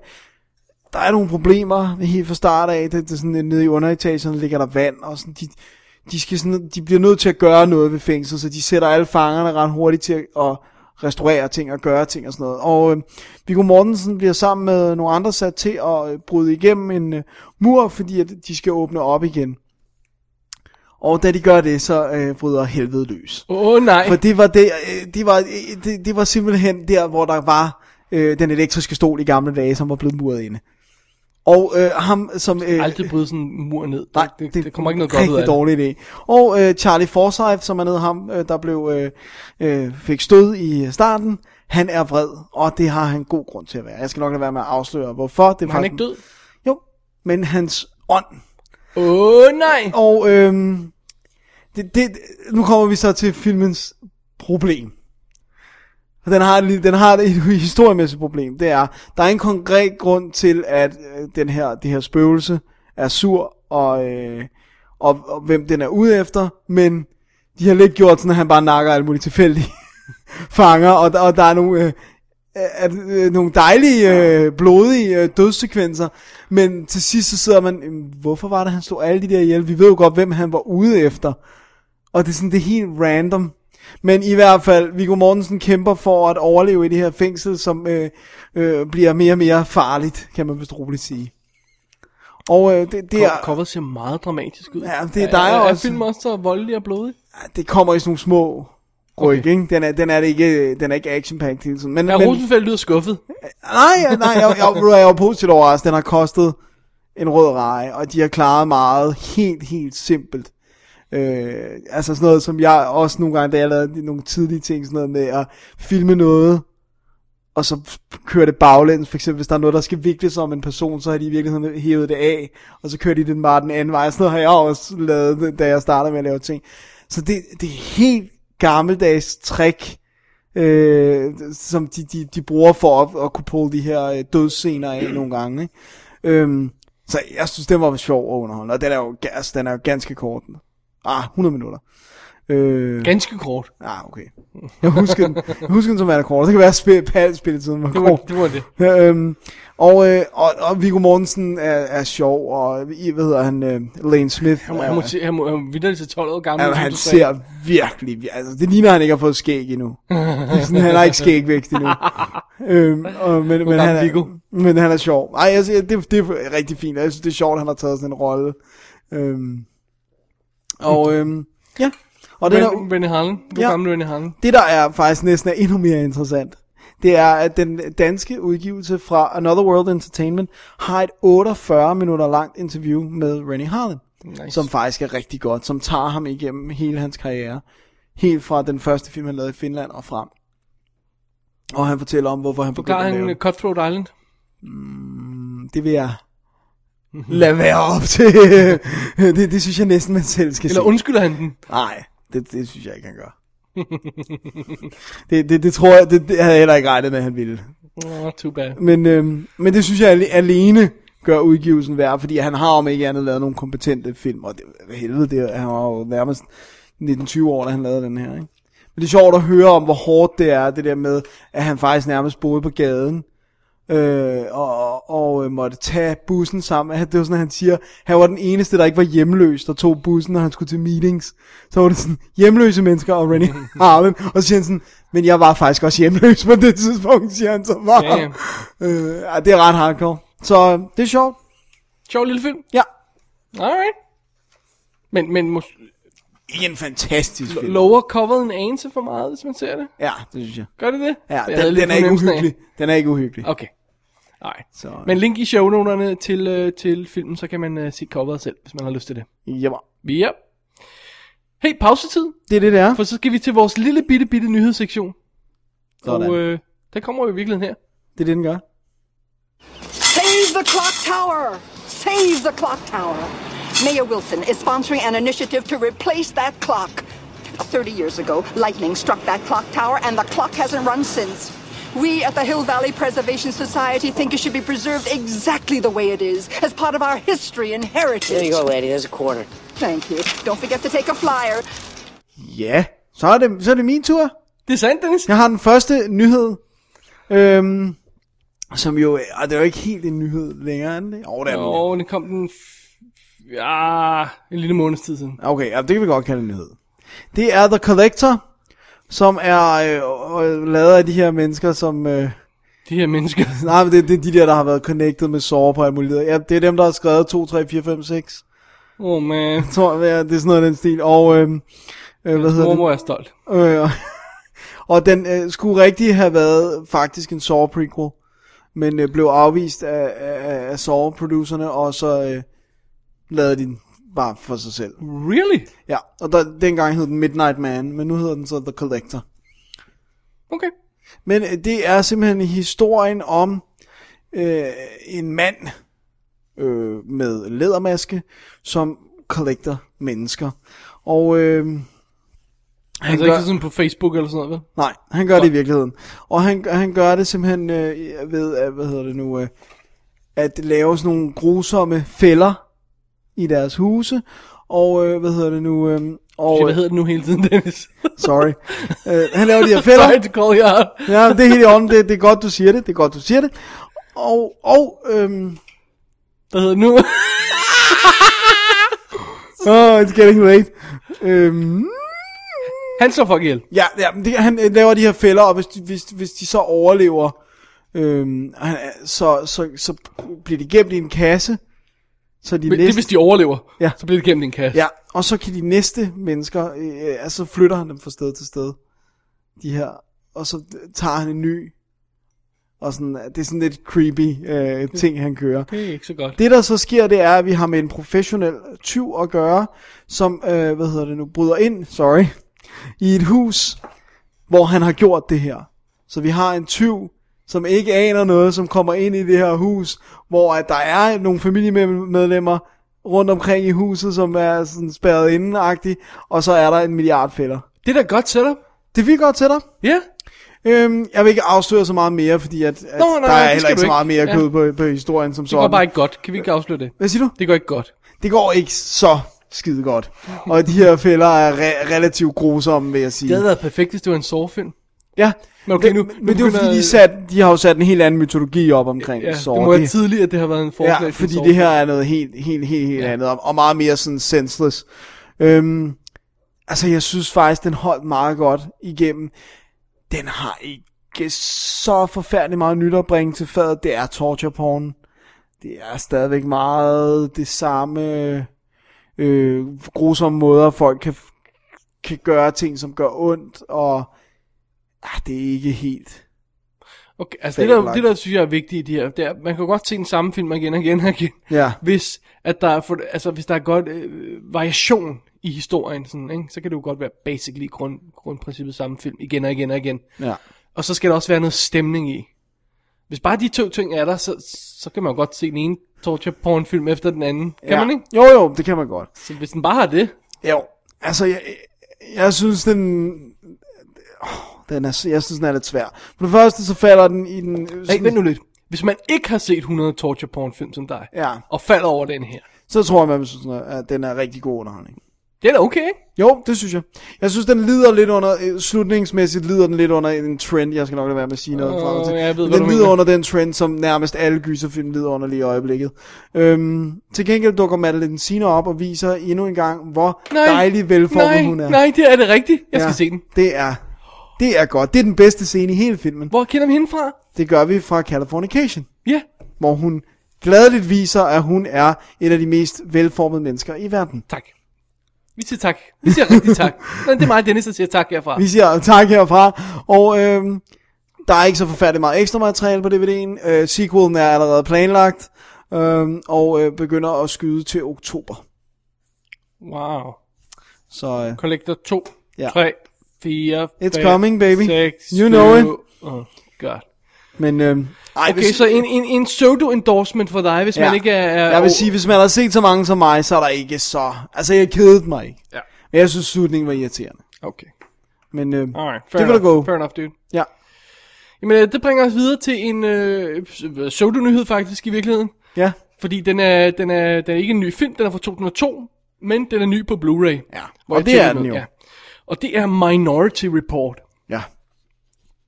der er nogle problemer helt fra start af. Det, det er sådan, øh, nede i underetagerne ligger der vand, og sådan, de, de, skal sådan, de bliver nødt til at gøre noget ved fængslet, så de sætter alle fangerne ret hurtigt til at, at restaurere ting og gøre ting og sådan noget. Og øh, Viggo Mortensen bliver sammen med nogle andre sat til at øh, bryde igennem en øh, mur, fordi at de skal åbne op igen. Og da de gør det, så øh, bryder helvede løs. Åh oh, [LAUGHS] nej. For det var, det, øh, det, var, øh, det, det var simpelthen der, hvor der var øh, den elektriske stol i gamle dage, som var blevet muret inde. Og øh, ham som... Øh, Aldrig bryde sådan en mur ned. Nej, det, det, det kommer ikke noget godt ud af rigtig det. dårlig idé. Og øh, Charlie Forsyth, som er nede ham, øh, der blev øh, øh, fik stød i starten, han er vred, og det har han god grund til at være. Jeg skal nok lade være med at afsløre, hvorfor. Det er Men han er faktisk- ikke død. Jo, men hans ånd Åh oh, nej. og øhm, det, det, nu kommer vi så til filmens problem. Og Den har, et lille- den har et historiemæssigt problem. Det er, der er en konkret grund til, at øh, den her, det her spøgelse er sur, og, øh, og, og hvem den er ude efter, men de har lidt gjort sådan, at han bare nakker alle mulige tilfældige fanger, og, der- og der er nogle, øh, er, øh, nogle dejlige, øh, blodige øh, dødssekvenser, men til sidst så sidder man, "Jamen, hvorfor var det, han slog alle de der ihjel? Vi ved jo godt, hvem han var ude efter. Og det er sådan, det er helt random. Men i hvert fald, Viggo Mortensen kæmper for at overleve i det her fængsel, som øh, øh, bliver mere og mere farligt, kan man vist roligt sige. Og øh, det, det, Co- er, Coveret ser meget dramatisk ud. Ja, det er dig også. Er film også så voldelig og blodig? det kommer i sådan nogle små ryg, Okay. okay. ikke? Den er, den er, det ikke, øh, den er ikke action-packed hele tiden. Men, Ja, men, Rosenfeldt lyder skuffet. Nej, nej, jeg, jeg, ved du hvad, jeg var positivt overrasket. Den har kostet en rød reje, og de har klaret meget helt, helt simpelt. Øh, altså sådan noget, som jeg også nogle gange, da jeg lavede nogle tidlige ting, sådan noget med at filme noget, og så kører det baglæns, for eksempel hvis der er noget, der skal vikles om en person, så har de i virkeligheden hævet det af, og så kører de den bare den anden vej, [LAUGHS] sådan noget har jeg også lavet, da jeg startede med at lave ting. Så det, det er helt gammeldags trick, øh, som de, de, de bruger for at, at kunne pulle de her øh, dødsscener af nogle gange. Ikke? Øhm, så jeg synes, den var sjov og underholdende, og den er jo, ga- altså, den er jo ganske kort. Ah, 100 minutter. Øh, Ganske kort. ah, okay. [LAUGHS] Jeg husker den, jeg husker den som værende kort. Det kan være, at spil, spilletiden var Det var kort. det. Var det. Øhm, og, øh, og, og Viggo Mortensen er, er sjov, og I, hvad hedder han, øh, Lane Smith, Han må, han må, se- han må, han må videre til 12 år gammel. han, som han du sagde. ser virkelig, vir- altså det ligner, at han ikke har fået skæg [LAUGHS] endnu. Det er sådan, han har ikke skægvækst endnu. øhm, og, men, men, han gammel er, Viggo. men han er sjov. Ej, altså, det, det er rigtig fint, og jeg synes, det er sjovt, at han har taget sådan en rolle. Øhm, og øhm, ja, og den er, Ren- Rennie Harlan. Du Ja. er gammel Rennie Harlan. det, der er faktisk næsten er endnu mere interessant, det er, at den danske udgivelse fra Another World Entertainment har et 48 minutter langt interview med Rennie Harlan, nice. som faktisk er rigtig godt, som tager ham igennem hele hans karriere, helt fra den første film, han lavede i Finland og frem. Og han fortæller om, hvorfor han begyndte Forklarer at han lave øh, Cutthroat Island? det. vil jeg Mhm. lade være op [LAUGHS] til. det, det synes jeg næsten, man selv skal Eller se. undskylder han den? Nej, det, det synes jeg ikke, han gør. [LAUGHS] det, det, det tror jeg, det, det havde jeg heller ikke regnet med, han ville. Oh, too bad. Men, øhm, men det synes jeg ale- alene gør udgivelsen værd, fordi han har om ikke andet lavet nogle kompetente film, og det, hvad helvede, det, er- han var jo nærmest 19-20 år, da han lavede den her, ikke? Men det er sjovt at høre om, hvor hårdt det er, det der med, at han faktisk nærmest boede på gaden, øh, og, og øh, måtte tage bussen sammen. [LAUGHS] Han- Det var sådan, at han siger, han var den eneste, der ikke var hjemløs, der tog bussen, når han skulle til meetings. Så var det sådan, hjemløse mennesker og [LAUGHS] Rennie Harlan. Og så siger han sådan, men jeg var faktisk også hjemløs på det tidspunkt, siger han så bare. Ja, [LAUGHS] Øh, ja, det er ret hardcore. Så øh, det er sjovt. Sjov lille film. Ja. Alright. Men, men mås- Ikke en fantastisk film. Lower coveret en anelse for meget, hvis man ser det. Ja, det synes jeg. Gør det det? Ja, Jeg havde den, lidt den, er ikke fornemmelsen af- uhyggelig. Den er ikke uhyggelig. Okay. Nej. Så, Men link i shownoterne til, øh, til filmen, så kan man øh, se coveret selv, hvis man har lyst til det. Jamen, Ja. Hey, pausetid. det er det, det er. For så skal vi til vores lille bitte bitte nyhedssektion. Sådan. Og øh, der kommer jo i virkeligheden her. Det er det, den gør. Save the clock tower! Save the clock tower! Mayor Wilson is sponsoring an initiative to replace that clock. 30 years ago, lightning struck that clock tower, and the clock hasn't run since. We at the Hill Valley Preservation Society think it should be preserved exactly the way it is, as part of our history and heritage. There you go, lady. There's a quarter. Thank you. Don't forget to take a flyer. Ja, så er det, så er det min tur. Det er sandt, Dennis. Jeg har den første nyhed, øhm, som jo, og det er jo ikke helt en nyhed længere end det. Åh, oh, det er den. Åh, den kom den... f- Ja, en lille måneds tid siden. Okay, ja, det kan vi godt kalde en nyhed. Det er The Collector, som er øh, øh, lavet af de her mennesker, som... Øh, De her mennesker. [LAUGHS] nej, men det, det er de der, der har været connected med Saw på alt muligt. Ja, det er dem, der har skrevet 2, 3, 4, 5, 6. Åh, oh, man. Tror jeg, det er sådan noget af den stil. Og, øh, øh, hvad hedder det? Mormor er stolt. Øh, [LAUGHS] og- og den øh, skulle rigtig have været faktisk en Saw prequel, men øh, blev afvist af, af, af Saw-producerne, og så øh, lavede de den bare for sig selv. Really? Ja, og der, dengang hed den Midnight Man, men nu hedder den så The Collector. Okay. Men øh, det er simpelthen historien om øh, en mand øh, med lædermaske, som collector mennesker. Og øh, han Altså ikke sådan på Facebook eller sådan noget, vel? Nej, han gør det i virkeligheden. Og han, han gør det simpelthen øh, ved, øh, hvad hedder det nu, øh, at lave sådan nogle grusomme fælder i deres huse. Og øh, hvad hedder det nu, øh, og, Shit, hvad hedder det nu hele tiden, [LAUGHS] Dennis? sorry, øh, han laver de her fælder. Sorry to call you out. Ja, det er helt i orden, det, det er godt, du siger det, det er godt, du siger det. Og, og, øhm, Hvad hedder det nu? [LAUGHS] oh, it's getting late. Øhm, Han slår folk ihjel. Ja, ja men det, han øh, laver de her fælder, og hvis de, hvis, hvis de så overlever, øhm, han, er- så, så, så bliver de gemt i en kasse. Så de Men det er, næste, hvis de overlever. Ja. Så bliver det gennem din kasse. ja, og så kan de næste mennesker, øh, altså flytter han dem fra sted til sted, de her, og så tager han en ny. Og sådan, det er sådan lidt creepy øh, ting, han kører. Det er ikke så godt. Det der så sker, det er, at vi har med en professionel tyv at gøre, som, øh, hvad hedder det nu, bryder ind, sorry, i et hus, hvor han har gjort det her. Så vi har en tyv, som ikke aner noget, som kommer ind i det her hus, hvor at der er nogle familiemedlemmer rundt omkring i huset, som er sådan spærret inden og så er der en milliard fælder. Det er da et godt setup. Det vil godt til dig. Ja. Øhm, jeg vil ikke afsløre så meget mere, fordi at, at Nå, der nej, nej, er det heller skal ikke du så ikke. meget mere Ja. kød på, på historien som Det går sådan. bare ikke godt. Kan vi ikke afsløre det? Hvad siger du? Det går ikke godt. Det går ikke så skide godt. Og de her fælder er re- relativt grusomme, vil jeg sige. Det havde været perfekt, hvis det var en sovefilm. Ja, Men okay, det, nu- men nu det er jo begynder- fordi, de, sat, de har jo sat en helt anden mytologi op omkring Ja, Saw. det må være tidligere, at det har været en forslag. ja, til en fordi det sovefilm. her er noget helt, helt, helt, helt Ja. ja. andet, og og meget mere sådan senseless. Øhm, altså, jeg synes faktisk, den holdt meget godt igennem. Den har ikke så forfærdeligt meget nyt at bringe til fadet. Det er torture porn. Det er stadigvæk meget det samme øh, grusomme måder, folk kan, kan gøre ting, som gør ondt, og ah, det er ikke helt... Okay, altså det der, Fabelagt. det der synes jeg er vigtigt i det her, det er, man kan godt se den samme film igen og igen og igen, Ja. hvis, at der er, for, altså, hvis der er godt øh, variation i historien, sådan, ikke? så kan det jo godt være basically grund, grundprincippet samme film igen og igen og igen. Ja. Og så skal der også være noget stemning i. Hvis bare de to ting er der, så, så kan man jo godt se den ene torture porn film efter den anden. Kan ja. man ikke? Jo, jo, det kan man godt. Så hvis den bare har det, Jo, altså, jeg, jeg synes, den... åh, Den er, jeg synes, den er lidt svær. For det første, så falder den i den... øh, hey, sådan- vent nu lidt. Hvis man ikke har set 100 torture porn film som dig, Ja. og falder over den her, Så tror jeg, man synes, den er- at den er rigtig god underholdning. det er da okay, ikke? Jo, det synes jeg. Jeg synes, den lider lidt under... øh, Slutningsmæssigt lider den lidt under en trend. Jeg skal nok lade være med at sige noget Åh, frem til. jeg ved, Men hvad du den lider mener. under den trend, som nærmest alle gyserfilm lider under lige i øjeblikket. Øhm, til gengæld dukker Madeleine Sina op og viser endnu en gang, hvor Nej, dejlig velformet nej, hun er. Nej, det er det rigtigt. Jeg skal Ja, se den. Det er, det er godt. Det er den bedste scene i hele filmen. Hvor kender vi hende fra? Det gør vi fra Californication, Ja, hvor hun gladeligt viser, at hun er et af de mest velformede mennesker i verden. tak. Vi siger tak. Vi siger [LAUGHS] rigtig tak. Men det er mig og Dennis, der siger tak herfra. Vi siger tak herfra, og øhm, der er ikke så forfærdeligt meget ekstra materiale på DVD'en. Øh, sequelen er allerede planlagt, øhm, og øh, begynder at skyde til oktober. Wow. Så øh, Collector 2, Ja. 3, 4, It's 5, coming, baby. 6, You know it. Oh, God. Men øhm, ej, Okay, så en, en, en pseudo-endorsement for dig, hvis man ikke er... er Jeg vil sige, hvis man har set så mange som mig, så er der ikke så... Altså, jeg kedede mig ikke. Ja. Men jeg synes, slutningen var irriterende. Okay. Men øhm, Alright, fair det vil der enough. gå. Fair enough, dude. Ja. Jamen, øh, det bringer os videre til en øh, pseudo-nyhed faktisk i virkeligheden. Ja. Fordi den er, den, er, den er ikke en ny film, den er fra 2002, men den er ny på Blu-ray. Ja, Hvor og det jeg tjekkede er den noget, jo. Og det er Minority Report. Ja.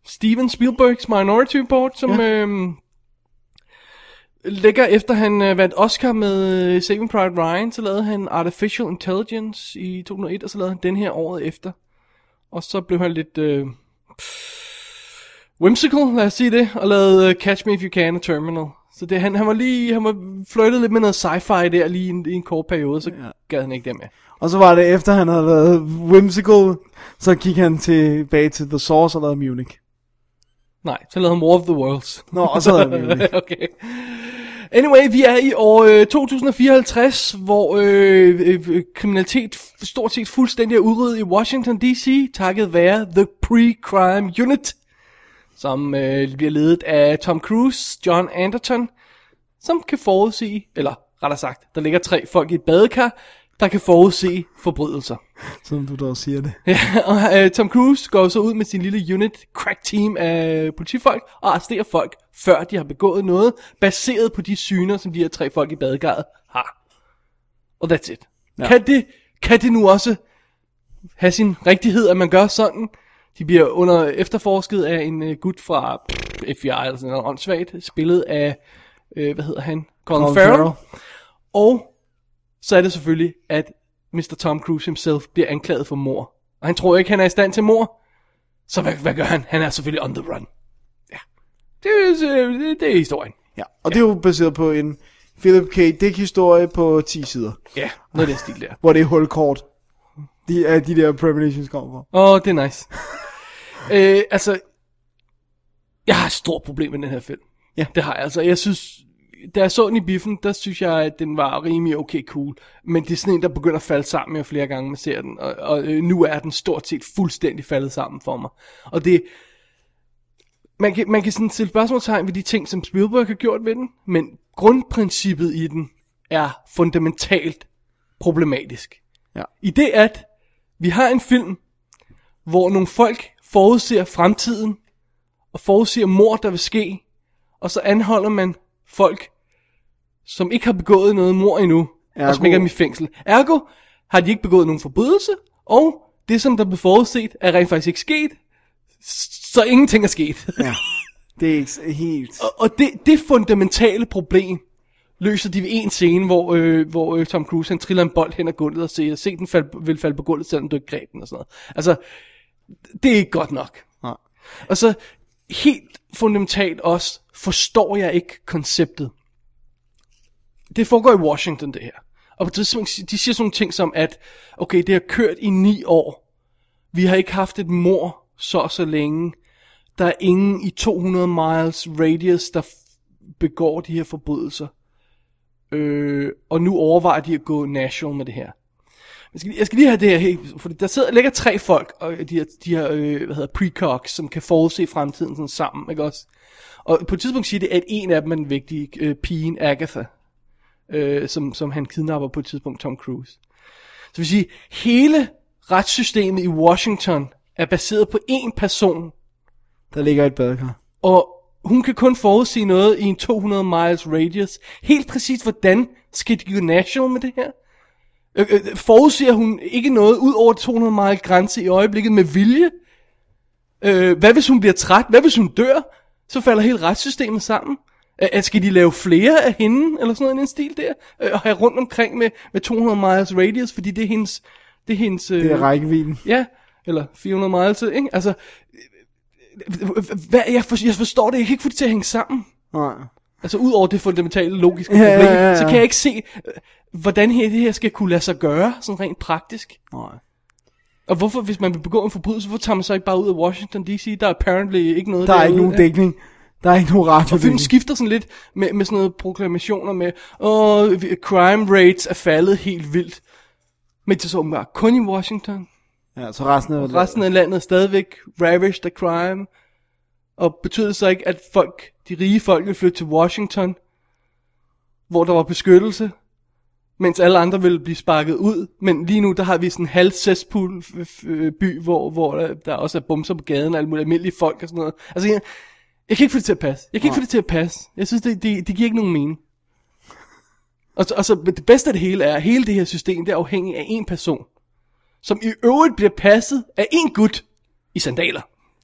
Steven Spielbergs Minority Report, som ja. øhm, ligger efter han øh, vandt Oscar med øh, Saving Private Ryan, så lavede han Artificial Intelligence i 2001, og så lavede han den her året efter. Og så blev han lidt øh, whimsical, lad os sige det, og lavede øh, Catch Me If You Can og Terminal. Så det, han, han var lige, han var flirtet lidt med noget sci-fi der lige i en, i en kort periode, så ja. gad han ikke det med. Og så var det efter, han havde lavet Whimsical, så gik han tilbage til The Source og lavede Munich. Nej, så lavede han War of the Worlds. Nå, og så lavede han [LAUGHS] Munich. okay. Anyway, vi er i år øh, 2054, hvor øh, øh, kriminalitet f- stort set fuldstændig er udryddet i Washington D.C., takket være The Pre-Crime Unit, som øh, bliver ledet af Tom Cruise, John Anderton, som kan forudsige, eller rettere sagt, der ligger tre folk i et badekar, der kan forudse forbrydelser. Som du dog siger det. Ja, [LAUGHS] og øh, Tom Cruise går så ud med sin lille unit, crack team af politifolk, og arresterer folk, før de har begået noget, baseret på de syner, som de her tre folk i badegardet har. Og that's it. Ja. Kan, det, kan det nu også have sin rigtighed, at man gør sådan? De bliver under efterforsket af en uh, gut fra pff, FBI, eller sådan noget altså åndssvagt, spillet af, øh, hvad hedder han? Colin, Colin Colin Farrell. Farrell. Og så er det selvfølgelig, at Mr. Tom Cruise himself bliver anklaget for mor. Og han tror ikke, han er i stand til mor. Så hvad, hvad gør han? Han er selvfølgelig on the run. Ja. Det, er- det, det er historien. Ja. Og det er jo baseret på en Philip K. Dick-historie på 10 sider, Ja, noget af den stil der. hvor det er hulkort. De, er de der premonitions kommer fra. Åh, oh, det er nice. øh, altså, jeg har et stort problem med den her film. Ja. Det har jeg altså. Jeg synes, da jeg så den i biffen, der synes jeg, at den var rimelig okay cool. Men det er sådan en, der begynder at falde sammen jo flere gange, man ser den. Og, og øh, nu er den stort set fuldstændig faldet sammen for mig. Og det, man kan, man kan sådan stille spørgsmålstegn ved de ting, som Spielberg har gjort ved den, men grundprincippet i den er fundamentalt problematisk. Ja. I det, at vi har en film, hvor nogle folk forudser fremtiden, og forudser mord, der vil ske, og så anholder man folk, som ikke har begået noget mord endnu, Ergo. Ergo- og som ikke er i fængsel. Ergo har de ikke begået nogen forbrydelse, og det, som der blev forudset, er rent faktisk ikke sket, s- så ingenting er sket. Det er ikke helt... Og- og det, det fundamentale problem løser de ved en scene, hvor, øh, hvor øh, Tom Cruise han triller en bold hen ad gulvet og siger, se den fald, vil falde på gulvet, selvom du ikke greb den og sådan noget. Altså, det er ikke godt nok. Nej. Og så helt fundamentalt også, forstår jeg ikke konceptet. Det foregår i Washington, det her. Og på et tidspunkt, de siger sådan nogle ting som, at okay, det har kørt i ni år. Vi har ikke haft et mor så og så længe. Der er ingen i 200 miles radius, der f- begår de her forbrydelser. Øh, og nu overvejer de at gå national med det her. Jeg skal, lige- jeg skal lige have det her helt, for der sidder, ligger tre folk, og de her, de her øh, hvad hedder, precogs, som kan forudse fremtiden sådan sammen, ikke også? Og på et tidspunkt siger det, at en af dem er den vigtige, øh, pigen Agatha, øh, som, som han kidnapper på et tidspunkt, Tom Cruise. Så vil sige, hele retssystemet i Washington er baseret på én person, Der ligger et badekar. og hun kan kun forudsige noget i en 200 miles radius. Helt præcis, hvordan skal de gå national med det her? Øh, øh, Forudsiger hun ikke noget ud over 200 mile grænse i øjeblikket med vilje? Øh, hvad hvis hun bliver træt? Hvad hvis hun dør? Så falder hele retssystemet sammen. Øh, øh, skal de lave flere af hende, eller sådan noget i den stil der? Øh, og have rundt omkring med, med 200 miles radius, fordi det er hendes... Det er hendes øh, Det er rækkevidden. Ja, eller 400 miles, ikke? Altså, hvad, jeg, for, jeg forstår det, jeg kan ikke få det til at hænge sammen. Nej. Altså, ud over det fundamentale logiske problem, ja, ja, ja, ja. så kan jeg ikke se, øh, hvordan her, det her skal kunne lade sig gøre, sådan rent praktisk. Nej. Og hvorfor, hvis man vil begå en forbrydelse, hvorfor tager man så ikke bare ud af Washington D.C.? Der er apparently ikke noget Der er ikke derude. nogen dækning. Der er ikke nogen radio. Og filmen skifter sådan lidt med, med sådan noget proklamationer med, åh, vi- crime rates er faldet helt vildt. Men det er så åbenbart kun i Washington. Ja, så resten af Resten af landet er stadigvæk ravished af crime. Og betyder det så ikke, at folk, de rige folk vil flytte til Washington, hvor der var beskyttelse, mens alle andre ville blive sparket ud. Men lige nu, der har vi sådan en halv cesspool f- f- by, hvor, hvor der, der også er bumser på gaden og alle mulige almindelige folk og sådan noget. Altså, jeg, jeg kan ikke få det til at passe. Jeg kan ikke få det til at passe. Jeg synes, det, det, det giver ikke nogen mening. Og, så- og så men det bedste af det hele er, at hele det her system, det er afhængigt af en person, som i øvrigt bliver passet af en gut i sandaler.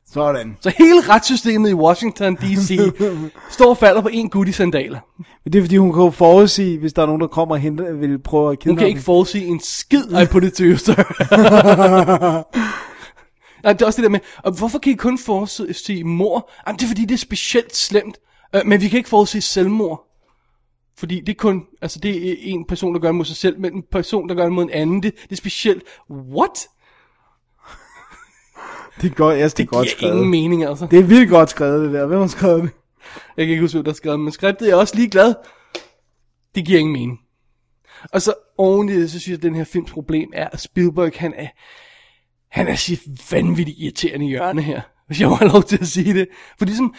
Sådan. Så hele retssystemet i Washington [LAUGHS] D.C. står og falder på en gut i sandaler. Men det er fordi, hun kan jo forudsige, hvis der er nogen, der kommer og henter, vil prøve at Hun kidnappe kan ikke forudsige en skid, I put it to [LAUGHS] you, sir. [LAUGHS] Nej, det er også det der med, og hvorfor kan I kun forudsige mor? Jamen, det er fordi, det er specielt slemt, øh, men vi kan ikke forudsige selvmord. Fordi det er kun, altså det er en person, der gør det mod sig selv, men en person, der gør det mod en anden, det, det er specielt. What? Det er godt, yes, det er Det godt giver ingen skrevet. mening, altså. Det er vildt godt skrevet, det der. Hvem har skrevet det? Jeg kan ikke huske, hvem der skrev det, men skriftet er jeg også ligeglad. Det giver ingen mening. Og så oven i det, så synes jeg, at den her films problem er, at Spielberg, han er, han er sit vanvittigt irriterende hjørne her. Hvis jeg må have lov til at sige det. For ligesom,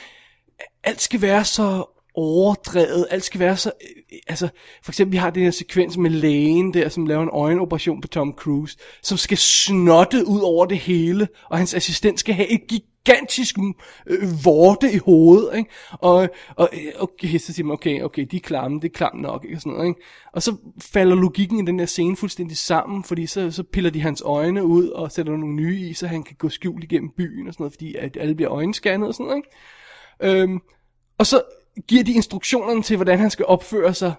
alt skal være så overdrevet, alt skal være så, øh, altså, for eksempel vi har den her sekvens med lægen der, som laver en øjenoperation på Tom Cruise, som skal snotte ud over det hele, og hans assistent skal have et gigantisk øh, vorte i hovedet, ikke? Og, og øh, okay, så siger man, okay, okay, de er klamme, det er klamt nok, ikke? Og, sådan noget, ikke? og så falder logikken i den der scene fuldstændig sammen, fordi så, så piller de hans øjne ud, og sætter nogle nye i, så han kan gå skjult igennem byen, og sådan noget, fordi at alle bliver øjenscannet og sådan noget, ikke? Øhm, og så giver de instruktionerne til, hvordan han skal opføre sig,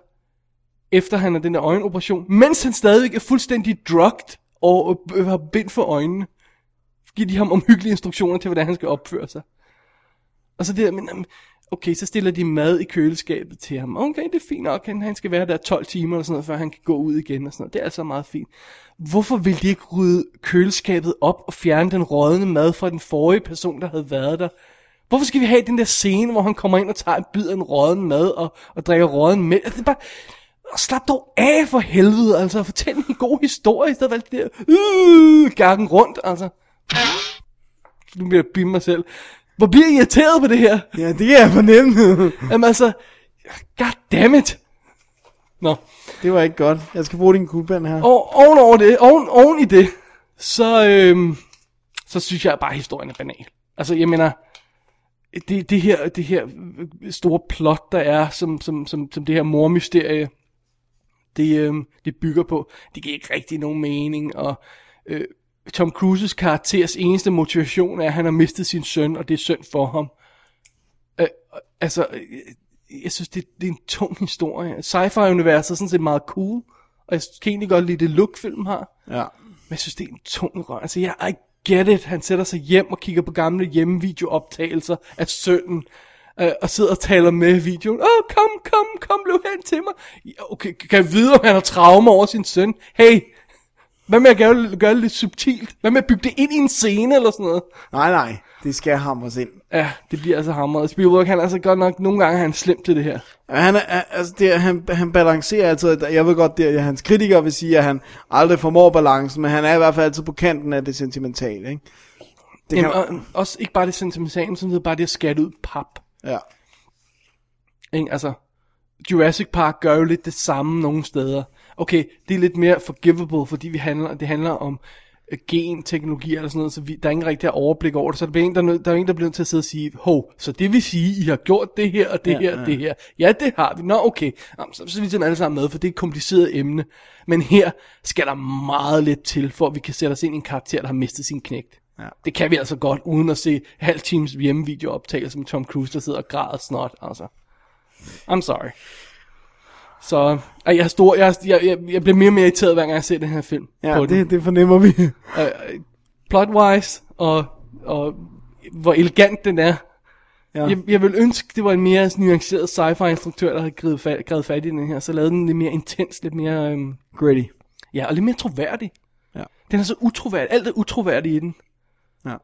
efter han har den der øjenoperation, mens han stadigvæk er fuldstændig drugged og øh, har bind for øjnene. Giver de ham omhyggelige instruktioner til, hvordan han skal opføre sig. Og så det der, men, jamen, okay, så stiller de mad i køleskabet til ham. Okay, det er fint nok, han, han skal være der 12 timer eller sådan noget, før han kan gå ud igen og sådan noget. Det er altså meget fint. Hvorfor vil de ikke rydde køleskabet op og fjerne den rådne mad fra den forrige person, der havde været der? Hvorfor skal vi have den der scene, hvor han kommer ind og tager en bid af en rådden mad og, og drikker rådden mælk? Altså, Det er bare, slap dog af for helvede, altså. Fortæl en god historie, i stedet for alt det der, øh, gakken rundt, altså. Nu bliver jeg bimme mig selv. Hvor bliver jeg irriteret på det her? Ja, det kan jeg fornemme. Jamen altså, god damn it. Nå, det var ikke godt. Jeg skal bruge din kuglepen her. og oven over det, oven, oven i det, så, øhm, så synes jeg bare, at historien er banal. Altså, jeg mener, det, det, her, det her store plot, der er, som, som, som, som det her mormysterie, det, øhm, det bygger på, det giver ikke rigtig nogen mening, og øh, Tom Cruises karakters eneste motivation er, at han har mistet sin søn, og det er synd for ham. Øh, altså, øh, jeg synes, det, det er en tung historie. Sci-fi-universet er sådan set meget cool, og jeg kan egentlig godt lide det look, filmen har. Ja. Men jeg synes, det er en tung røg. Altså, jeg I get it. Han sætter sig hjem og kigger på gamle hjemmevideooptagelser af sønnen. Øh, og sidder og taler med i videoen. Åh, oh, kom, kom, kom, løb hen til mig. Ja, okay, kan jeg vide, om han har traume over sin søn? Hey, hvad med at gøre, gøre det lidt subtilt? Hvad med at bygge det ind i en scene eller sådan noget? Nej, nej. Det skal hamres ind. Ja, det bliver altså hamret. Spielberg, han er altså godt nok, nogle gange er han slem til det her. Ja, Han, er- er- altså det, er- han, han balancerer altid, jeg ved godt, det er, hans kritikere vil sige, at han aldrig formår balancen, men han er i hvert fald altid på kanten af det sentimentale, ikke? Det Jamen, kan, og, også ikke bare det sentimentale, men sådan set bare det at skatte ud pap. ja. Ikke? Altså, Jurassic Park gør jo lidt det samme nogle steder. Okay, det er lidt mere forgivable, fordi vi handler, det handler om øh, genteknologi eller sådan noget, så vi, der er ingen rigtig overblik over det. Så der er en, der, er nød- der, er en, der bliver nødt til at sidde og sige, hov, så det vil sige, I har gjort det her og det ja, her og ja. det her. Ja, det har vi. Nå, okay. Jamen, så, så er vi sådan alle sammen med, for det er et kompliceret emne. Men her skal der meget lidt til, for at vi kan sætte os ind i en karakter, der har mistet sin knægt. Ja. Det kan vi altså godt, uden at se halv times hjemmevideooptagelse med Tom Cruise, der sidder og græder snot. Altså. I'm sorry. Så ej, jeg, er stor, jeg, er- jeg, jeg, jeg bliver mere og mere irriteret, hver gang jeg ser den her film. Ja, på den. det, det fornemmer vi. Øh, plotwise, og, og hvor elegant den er, Ja. Jeg, jeg vil ønske, det var en mere nuanceret sci-fi-instruktør, der havde grebet fat, grebet fat i den her, så lavede den lidt mere intens, lidt mere, øhm, Gritty. ja, og lidt mere troværdig. Ja. Den er så utroværdig, alt er utroværdigt i den. Ja.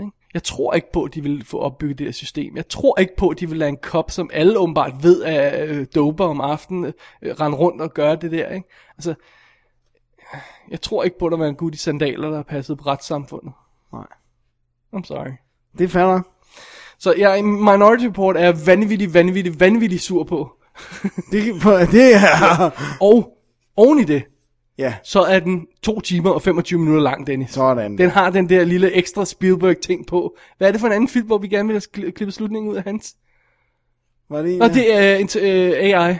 Ikke? Jeg tror ikke på, at de vil få opbygget det her system. Jeg tror ikke på, at de vil lade en kop, som alle åbenbart ved er øh, doper om aftenen, øh, rende rundt og gøre det der. Ikke? Altså, jeg tror ikke på, at der var en gut i sandaler, der passede på retssamfundet. Nej. I'm sorry. Det er fair nok. Så ja, Minority Report er jeg vanvittig, vanvittig, vanvittig sur på. Det, det er... [LAUGHS] Og oven i det, Ja, så er den 2 timer og 25 minutter lang, Dennis. sådan. Den har den der lille ekstra Spielberg-ting på. Hvad er det for en anden film, hvor vi gerne vil have skli- klippet slutningen ud af hans? Var det en, Nå, af- det er uh, AI,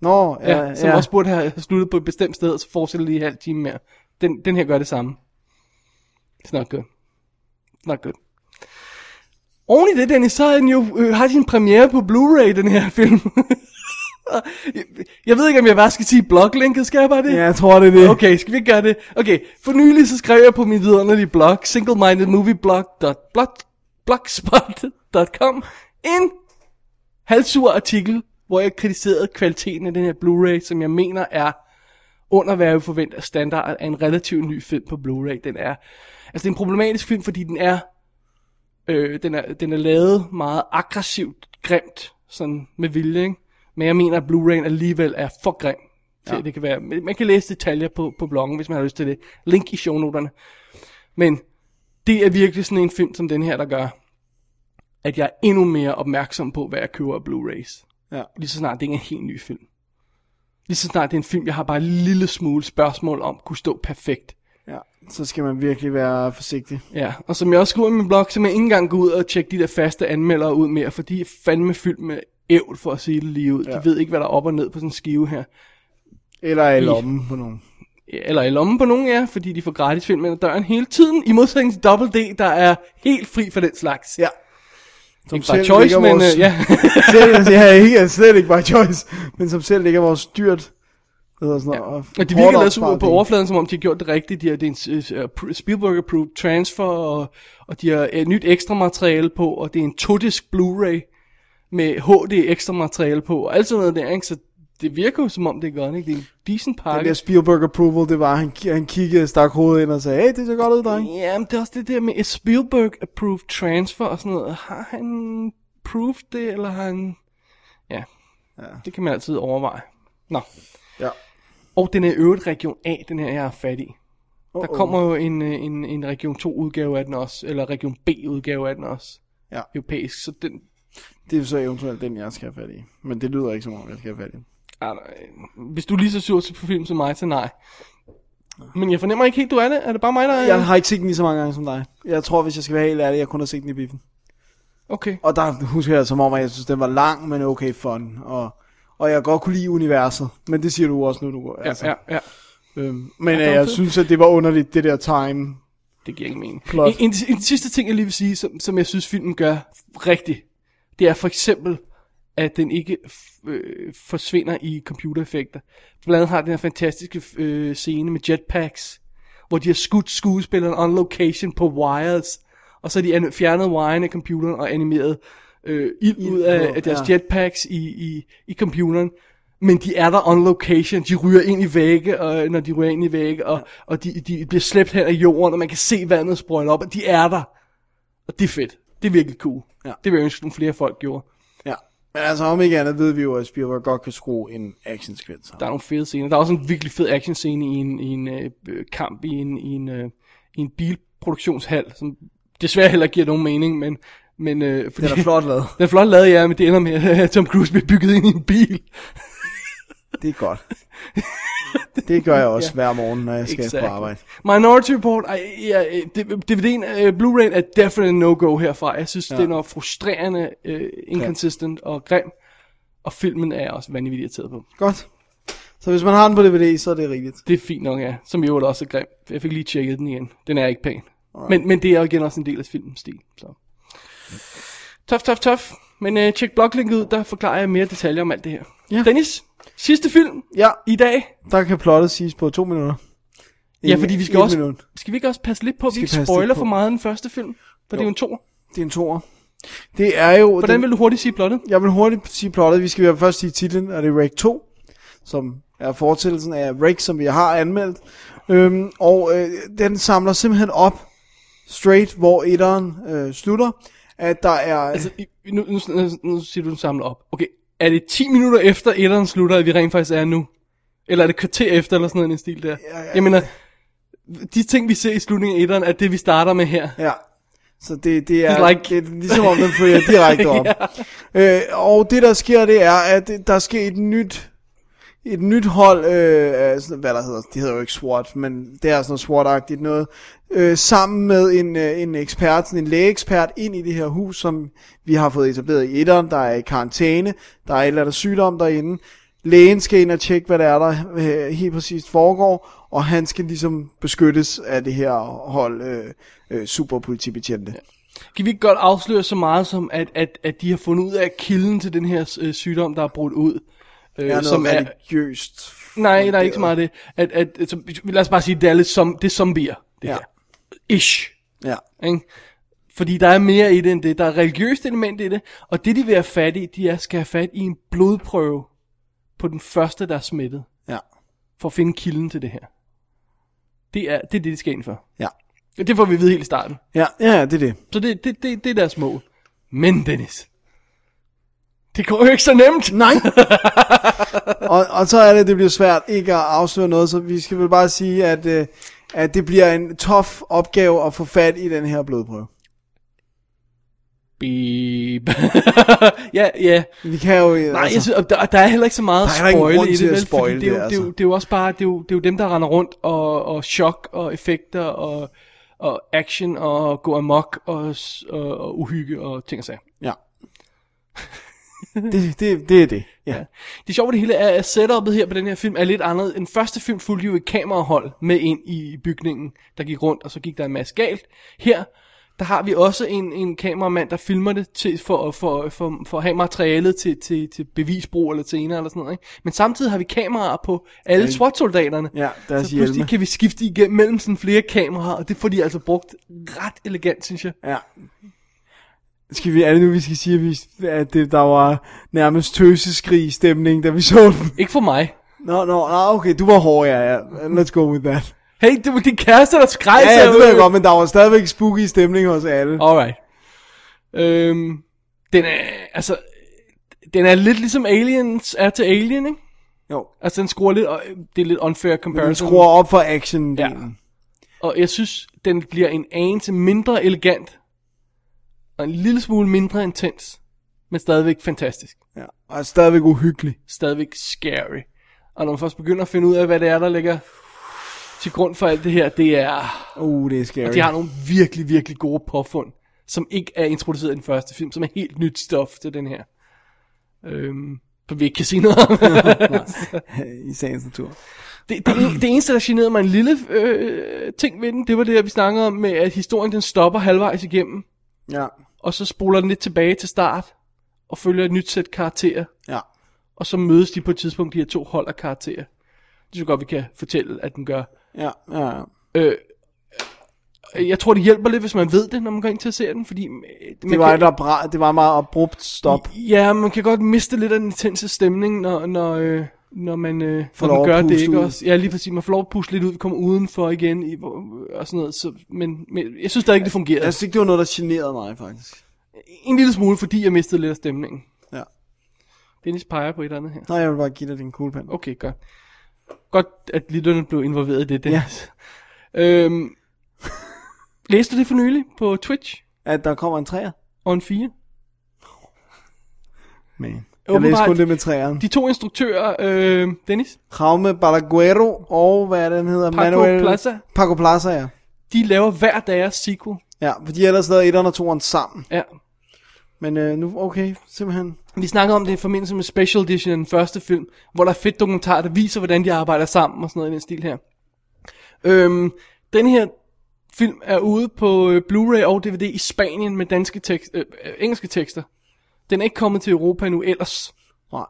Nå, ja, ja, som ja. også burde have sluttet på et bestemt sted, og så fortsætter lige en halv time mere. Den, den her gør det samme. It's not good. It's not good. Oven i det, Dennis, så er den jo, øh, har sin premiere på Blu-ray, den her film. [LAUGHS] Og jeg, jeg ved ikke, om jeg bare skal sige bloglinket, skal jeg bare det? Ja, jeg tror, det er det. Okay, skal vi ikke gøre det? Okay, for nylig så skrev jeg på min vidunderlige blog, singlemindedmovieblog.blogspot.com, en halvsur artikel, hvor jeg kritiserede kvaliteten af den her Blu-ray, som jeg mener er under hvad jeg forventer standard af en relativt ny film på Blu-ray. Den er, altså det er en problematisk film, fordi den er, øh, den er, den er lavet meget aggressivt, grimt, sådan med vilje, ikke? Men jeg mener, at Blu-rayen alligevel er for grim. Ja. Det kan være, man kan læse detaljer på, på bloggen, hvis man har lyst til det. Link i shownoterne. Men det er virkelig sådan en film som den her, der gør, at jeg er endnu mere opmærksom på, hvad jeg køber af Blu-rays. Ja. Lige så snart det ikke er en helt ny film. Lige så snart det er en film, jeg har bare en lille smule spørgsmål om, kunne stå perfekt. ja. Så skal man virkelig være forsigtig. Ja, og som jeg også skriver i min blog, så må jeg ikke engang gå ud og tjekke de der faste anmeldere ud mere, for de er fandme fyldt med ævl, for at sige det lige ud. Ja. De ved ikke, hvad der er op og ned på sådan en skive her. Eller i lommen på nogen. eller i lommen på nogen af jer, fordi de får gratis film ind ad døren hele tiden, i modsætning til Double D, der er helt fri for den slags. Ja. Som ikke selv bare choice, ligger men vores- øh, ja. [LAUGHS] selv, ja, ikke, slet ikke bare choice, men som selv ligger vores dyrt. Hvad hedder sådan noget, Og de virker lavet super på overfladen, som om de har gjort det rigtigt. De har, det er en uh, Spielberg-approved transfer, og, og de har et nyt ekstra materiale på, og det er en todisk Blu-ray med HD ekstra materiale på, og alt sådan noget der, ikke? Så det virker jo som om det er godt, ikke? Det er en decent Den der pakke. Spielberg approval, det var, han, han kiggede, stak hovedet ind og sagde, hey, det ser godt ud, dreng. Ja, men det er også det der med et Spielberg-approved transfer og sådan noget. Har han proved det, eller har han... Ja, ja. det kan man altid overveje. Nå. Ja. Og den er i øvrigt region A, den her jeg er fat i. Uh-oh. Der kommer jo en, øh, en, en region 2-udgave af den også, eller region B-udgave af den også. Ja. Europæisk, så den... Det er så eventuelt den, jeg skal have fat i. Men det lyder ikke som om, jeg skal have fat i. Ah, nej. Hvis du er lige så sur til på film som mig, så nej. Men jeg fornemmer ikke helt, du er det. Er det bare mig, der er... Jeg har ikke set den lige så mange gange som dig. Jeg tror, hvis jeg skal være helt ærlig, jeg kun har set den i biffen. Okay. Og der husker jeg som om, at jeg synes, den var lang, men okay fun. Og, og jeg godt kunne lide universet. Men det siger du også nu, du går. Ja, ja, ja. Øhm, men det ja, var jeg fedt. synes, at det var underligt, det der time. Det giver ingen mening. Plot. En, en, en sidste ting, jeg lige vil sige, som, som jeg synes, filmen gør rigtigt, det er for eksempel, at den ikke f- øh, forsvinder i computereffekter. Blandt andet har den her fantastiske øh, scene med jetpacks, hvor de har skudt skuespilleren on location på wires, og så har de an- fjernet wiren af computeren og animeret øh, ild ud af, på, af deres ja. jetpacks i, i, i computeren. Men de er der on location, de ryger ind i vægge, og, når de ryger ind i vægge, og, og de, de bliver slæbt hen af jorden, og man kan se vandet sprøjte op, og de er der. Og det er fedt. Det er virkelig cool. Ja. Det vil jeg ønske, nogle flere folk gjorde. Ja. Men altså, om ikke andet ved vi jo, at Spielberg godt kan skrue en action sekvens. Der er nogle fede scener. Der er også en virkelig fed action scene i en, i en øh, øh, kamp i en, i, en, øh, i en bilproduktionshal, som desværre heller ikke giver nogen mening, men... men øh, fordi, Den er flot lavet. [LAUGHS] Den er flot lavet, ja, men det ender med, at øh, Tom Cruise bliver bygget ind i en bil. Det er [LAUGHS] godt. Det gør jeg også ja. hver morgen, når jeg skal Exakt. exactly. på arbejde. Minority Report, ej, ja, øh, D- DVD'en, øh, Blu-ray'en er definitely no-go herfra. Jeg synes, ja. den er frustrerende, øh, inconsistent og grim. Og filmen er jeg også vanvittigt irriteret på. Godt. Så hvis man har den på DVD, så er det rigtigt. Det er fint nok, ja. Som i øvrigt også er grim. Jeg fik lige tjekket den igen. Den er ikke pæn. Men, men det er jo igen også en del af filmens stil. Så. Tough, tough, tough. Men øh, tjek bloglinket ud, der forklarer jeg mere detaljer om alt det her. Ja. Dennis, sidste film Ja, i dag. der kan plottet siges på to minutter. Ja, En- fordi vi skal et også, minut. skal vi ikke også passe lidt på, at vi Skal ikke passe lidt spoiler på. for meget af den første film? For jo. det er jo en to. Det er en toer. Det er jo... Hvordan vil du hurtigt sige plottet? Jeg vil hurtigt sige plottet. Vi skal jo først sige titlen, og det er Rake 2, som er fortællelsen af Rake, som vi har anmeldt. Øhm, og øh, den samler simpelthen op straight, hvor etteren øh, slutter. At der er... Altså, i- nu, nu, nu, nu siger du, du samler op. Okay, er det 10 minutter efter etteren slutter, at vi rent faktisk er nu? Eller er det kvarter efter, eller sådan noget i den stil der? Ja, ja. Jeg mener, de ting, vi ser i slutningen af etteren, er det, vi starter med her. Ja. Så det, det er It's like- det, er ligesom om den følger direkte op. øh, og det der sker, det er, at der sker et nyt et nyt hold, øh, af sådan- hvad der hedder, det hedder jo ikke SWAT, men det er sådan noget SWAT-agtigt noget, øh, sammen med en, øh, en ekspert, sådan en lægeekspert, ind i det her hus, som vi har fået etableret i etteren, der er i karantæne, der er et eller andet sygdom derinde, lægen skal ind og tjekke, hvad der er, der øh, helt præcist foregår, og han skal ligesom beskyttes af det her hold øh, øh, superpolitibetjente. Kan vi ikke godt afsløre så meget som, at, at, at de har fundet ud af, at kilden til den her øh, sygdom, der er brudt ud, øh, Ja, som er... religiøst. Nej, der er ikke så meget af det. At, at, at, som, lad os bare sige, det er lidt som, det er zombier, det Ja. ja. her. Ish. Ja. Ikke? Fordi der er mere i det end det. Der er religiøst element i det, og det de vil have fat i, de er, skal have fat i en blodprøve på den første, der er smittet, Ja. for at finde kilden til det her. Det er det, er det de skal ind for. Ja. Og det får vi at vide helt i starten. Ja, ja, det er det. Så det, det, det, det er deres mål. Men Dennis, det går jo ikke så nemt. Nej! [LAUGHS] og, og så er det, det bliver svært ikke at afsløre noget, så vi skal vel bare sige, at, øh, at det bliver en tof opgave at få fat i den her blodprøve. Beep. [LAUGHS] ja, ja. Vi kan jo... øh, Nej, altså, jeg synes, og der, der er heller ikke så meget Der er heller ingen spoil grund i til det, at vel? spoile Fordi det, er jo, det, det, er jo, altså. det er jo også bare, det er jo, det er jo dem, der render rundt og, og chok og effekter og, og action og gå amok og, s- og, og uhygge og ting og sager. Ja. Det, det, det er det. Ja. Det sjove ved det hele er, at setupet her på den her film er lidt andet. Den første film fulgte jo et kamerahold med ind i bygningen, der gik rundt, og så gik der en masse galt. Her, der har vi også en, en kameramand, der filmer det til, for, for, for, for at have materialet til, til, til bevisbrug eller senere eller sådan noget. Ikke? Men samtidig har vi kameraer på alle SWAT-soldaterne. Ja, deres så pludselig hjelme. kan vi skifte igennem mellem sådan flere kameraer, og det får de altså brugt ret elegant, synes jeg. ja. Skal vi, er det nu, vi skal sige, at, vi, at det, der var nærmest tøseskrig stemning, da vi så den? Ikke for mig. Nå, nå, nå, okay, du var hård, ja, ja. Let's go with that. Hey, det var din kæreste, der skreg. Ja, sagde ja, det ved jeg ud. godt, men der var stadigvæk spooky stemning hos alle. Alright. Øhm, den er, altså, den er lidt ligesom Aliens er til Alien, ikke? Jo. Altså, den skruer lidt, og øh, det er lidt unfair Den comparison. skruer op for action Ja. Og jeg synes, den bliver en anelse mindre elegant, og en lille smule mindre intens, men stadigvæk fantastisk. ja. Og er stadigvæk uhyggelig. Stadigvæk scary. Og når man først begynder at finde ud af, hvad det er, der ligger til grund for alt det her, det er... Uh, det er scary. Og de har nogle virkelig, virkelig gode påfund, som ikke er introduceret i den første film, som er helt nyt stof til den her. Øhm, som vi ikke kan sige noget om. [LAUGHS] I sagens natur. det, det, en- det eneste, der generede mig en lille øh, ting ved den, det var det, at vi snakkede om, med, at historien den stopper halvvejs igennem, Ja. og så spoler den lidt tilbage til start, og følger et nyt sæt karakterer, Ja. og så mødes de på et tidspunkt, de her to hold af karakterer. Det synes jeg godt, vi kan fortælle, at den gør. Ja, ja, ja. Øh, jeg tror, det hjælper lidt, hvis man ved det, når man går ind til at se den, fordi... øh, man Det var, kan- et abra- det var et meget abrupt stop. Ja, man kan godt miste lidt af den intense stemning, når, når, øh, når man, øh, Får når man lov at gør det, puste ikke ud. også? Ja, lige præcis. Man får lov at puste lidt ud, kommer udenfor igen, i, hvor- og sådan noget. Så, men, men jeg synes stadig ikke, det fungerede. Jeg synes ikke, det var noget, der generede mig, faktisk. En lille smule, fordi jeg mistede lidt af stemningen. Ja. Dennis peger på et eller andet her. Nej, jeg vil bare give dig din kuglepen. Okay, godt. Godt, at lytterne blev involveret i det, Dennis. Ja. Øhm, læste du det for nylig på Twitch? At der kommer en træer? Og en 4? Nej. Jeg læste Åbenbart- kun det med træerne. De to instruktører, øh, Dennis, Jaume Balaguero og hvad er den hedder? Paco Plaza. Paco Plaza, ja. de laver hver deres sequel. Ja, for de har ellers lavet 1'eren og 2'eren sammen. Ja, Men øh, nu, okay, simpelthen. Vi snakker om det i forbindelse med Special Edition af den første film, hvor der er fedt dokumentar, der viser, hvordan de arbejder sammen og sådan noget i den stil her. Øhm, den her film er ude på øh, Blu-ray og DVD i Spanien med danske tekst, øh, øh, engelske tekster. Den er ikke kommet til Europa endnu ellers. Nej.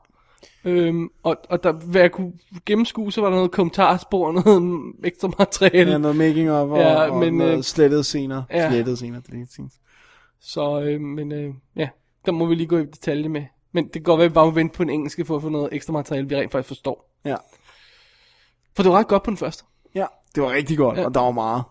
Øhm, og, og der, hvad jeg kunne gennemskue, så var der noget kommentarspor og noget [LAUGHS] ekstra materiale. Ja, noget making of og, Ja, og men, noget øh, slettet senere. ja. Slettet senere, det er ikke Så, øh, men øh, ja, der må vi lige gå i detalje med. Men det kan godt være, at vi bare må vente på den engelske for at få noget ekstra materiale, vi rent faktisk forstår. Ja. For det var ret godt på den første. ja, det var rigtig godt, ja. og der var meget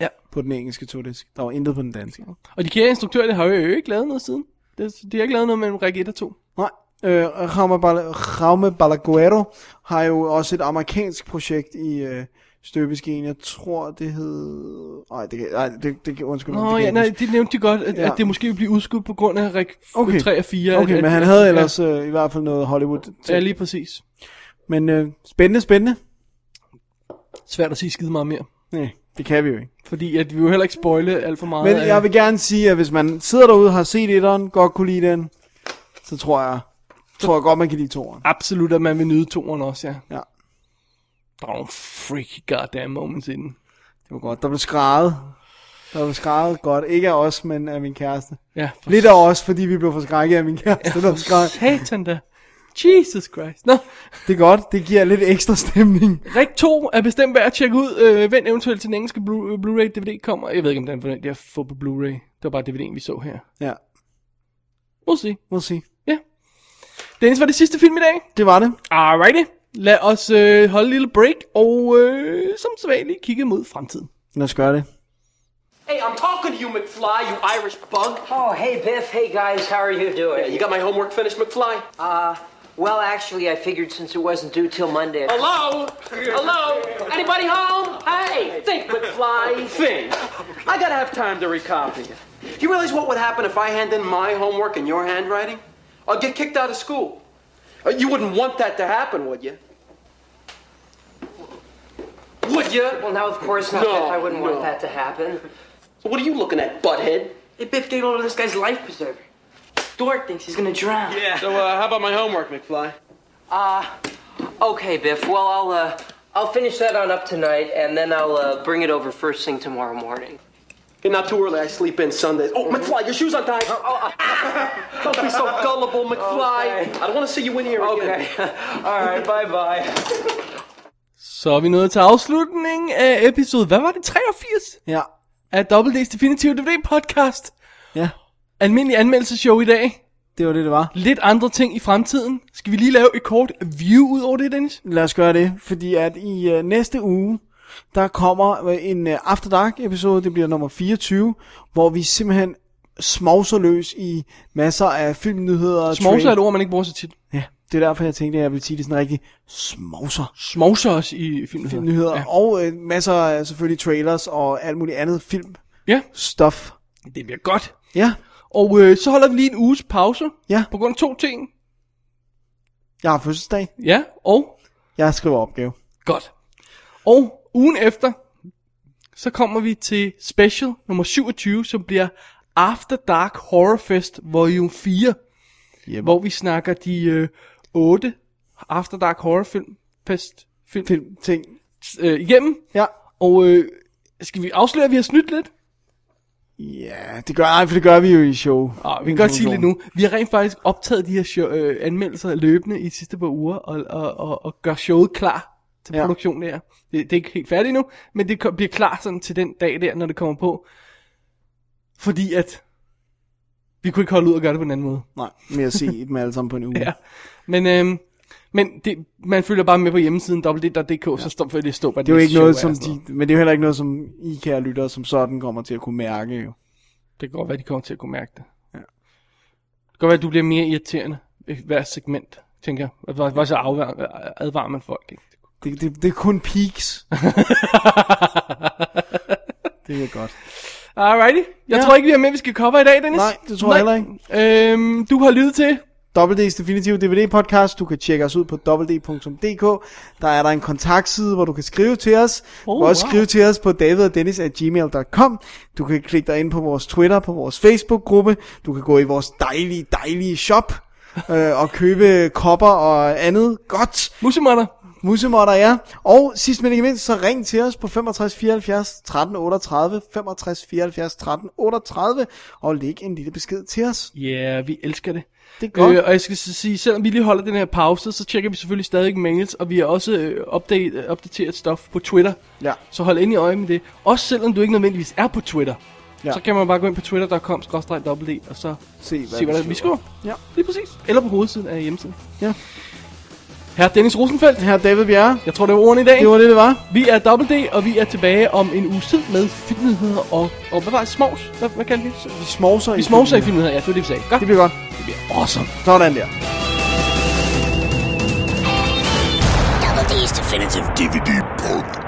Ja. på den engelske todisk. Der var intet på den danske. Og de kære instruktører, har jo ikke lavet noget siden. Det- De har ikke lavet noget mellem række 1 og 2. Nej, øh, Jaume Bal- Jaume Balaguero har jo også et amerikansk projekt i øh, støbeskeen. Jeg tror, det hed... Nej, det kan... Nej, det, det kan... Undskyld. det Nå kan ja, jeg nej, ikke det nævnte de godt, at, Ja. ja. at det måske ville blive udskudt på grund af række Okay. okay. 3 og 4. huske. Okay, at, men at- han havde ellers øh, i hvert fald noget Hollywood Ja, ja, til. lige præcis. Men øh, spændende, spændende. Svært at sige skide meget mere. Nej, det kan vi jo ikke. Fordi at vi vil heller ikke spoile alt for meget. Men af- jeg vil gerne sige, at hvis man sidder derude og har set etteren, godt kunne lide den, så tror jeg, tror jeg godt, man kan lide toeren. Absolut, at man vil nyde toren også, ja. Ja, Der er nogle freaky goddamn moments i den. det var godt. Der blev skrevet. Der blev skrevet godt. Ikke af os, men af min kæreste. Ja, for Lidt af os, fordi vi blev forskrækket af min kæreste. der skreg. satan da. Jesus Christ. Nå, Det er godt. Det giver lidt ekstra stemning. Rig 2 er bestemt værd at tjekke ud. Øh, vent eventuelt til den engelske Blu- øh, Blu-ray DVD kommer. Jeg ved ikke, om den er forventet at få på Blu-ray. Det var bare DVD'en, vi så her. Ja, We'll see. må se. Dennis var det sidste film i dag. Det var det. Alrighty. Lad os øh, holde en lille break, og øh, som sædvanligt kigge mod fremtiden. Lad os gøre det. Hey, I'm talking to you, McFly, you Irish bug. Oh, hey, Biff. Hey, guys. How are you doing? You got my homework finished, McFly? Well, actually, I figured since it wasn't due till Monday. Hello? Hello? Anybody home? Hey, think, McFly. Think. I gotta have time to recopy it. You realize what would happen if I hand in my homework in your handwriting? I'd get kicked out of school. Uh, You wouldn't want that to happen, would you? Would you? Well, no, of course not. No, Biff. I wouldn't no. want that to happen. What are you looking at, butthead? Hey, Biff gave over this guy's life preserver. Dork thinks he's gonna drown. Yeah. So, uh, how about my homework, McFly? Okay, Biff. Well, I'll uh, I'll finish that on up tonight, and then I'll uh, bring it over first thing tomorrow morning. You're not too early. I sleep in Sundays. Oh, McFly, your shoes on tie. [LAUGHS] Don't be so gullible, McFly. Okay. I don't want to see you in here again. All right. Bye, bye. Så er vi nået til afslutningen af episode, hvad var det, 83? Ja. Af Double D's Definitive DVD Podcast. Ja, Almindelig anmeldelseshow i dag. det var det, det var. Lidt andre ting i fremtiden. Skal vi lige lave et kort view ud over det, Dennis? Lad os gøre det, fordi at i øh, næste uge, der kommer øh, en øh, After Dark episode, det bliver nummer 24, hvor vi simpelthen smovser løs i masser af filmnyheder. og Smovser er trade- et ord, man ikke bruger så tit. Ja, det er derfor, jeg tænkte, at jeg ville sige det sådan rigtig smovser. Smovser også i filmen. Nyheder, ja. Ja. og øh, masser af selvfølgelig trailers og alt muligt andet film ja, stuff. det bliver godt. Ja, Og øh, så holder vi lige en uges pause. Ja. På grund af to ting. jeg har fødselsdag. Ja, og Jeg skriver opgave. Godt. Og ugen efter, så kommer vi til special nummer 27, som bliver After Dark Horror Fest Volume 4. Yep. Hvor vi snakker de øh, 8 After Dark Horror Film Fest film, film. Film, ting. Øh, igennem. Ja. Og øh, skal vi afsløre, at vi har snydt lidt? Ja, det gør, nej, for det gør vi jo i show. Ah, vi kan godt sige lidt nu. Vi har rent faktisk optaget de her show, øh, anmeldelser løbende i de sidste par uger, og, og, og, og gør showet klar til Ja. ja. produktionen der. Det, det er ikke helt færdigt endnu, men det ko- bliver klar sådan til den dag der, når det kommer på. Fordi at vi kunne ikke holde ud og gøre det på en anden måde. Nej, med at se dem alle sammen på en uge. [LAUGHS] Ja. Men, øhm, men det, man følger bare med på hjemmesiden www.dk, ja. så står for det står, hvad Det er jo ikke show noget, og som sådan noget. de, men det er jo heller ikke noget, som I kære lyttere som sådan kommer til at kunne mærke jo. Det kan godt være, de kommer til at kunne mærke det. Ja. Det kan godt være, at du bliver mere irriterende i hver segment, tænker jeg. Og Bare, bare så afvær- advarer man folk, ikke? Det, det, det er kun peaks. det er godt. [LAUGHS] Alrighty. Jeg Ja. ja. tror ikke, vi har med, vi skal cover i dag, Dennis. Nej, det tror jeg ikke. Øhm, du har lyttet til. Double D's Definitive DVD podcast. Du kan tjekke os ud på www.dk. Der er der en kontaktside, hvor du kan skrive til os. Du Oh, kan også wow. skrive til os på davidogdennis.gmail.com. Du kan klikke dig ind på vores Twitter, på vores Facebook-gruppe. Du kan gå i vores dejlige, dejlige shop [LAUGHS] øh, og købe kopper og andet godt. Musemotter. Musemotter, ja. Og sidst men ikke mindst, så ring til os på 65 74 13 38, 65 74 13 38, og læg en lille besked til os. Ja, yeah, vi elsker det. Øh, Det er godt. og jeg skal så sige, selvom vi lige holder den her pause, så tjekker vi selvfølgelig stadig mails, og vi har også øh, update, øh, opdateret stof på Twitter. Ja. Så hold ind i øje med det. Også selvom du ikke nødvendigvis er på Twitter. Ja. Ja. Så kan man bare gå ind på twitter.com dd og så Se, hvad, se, hvad der vi skriver. Ja. Lige præcis. Eller på hovedsiden af hjemmesiden. Ja. Her Dennis Rosenfeldt. Her David Bjerre. Jeg tror, det var ordene i dag. Det var det, det var. Vi er Double D, og vi er tilbage om en uge tid med filmnyheder og... Og hvad var det? Smås? Hvad, hvad kaldte vi det? Vi smovser i Vi småser i filmen. filmnyheder, ja. Det var det, vi sagde. Godt. Det bliver godt. Det bliver awesome. Sådan der. Double D's Definitive DVD Podcast.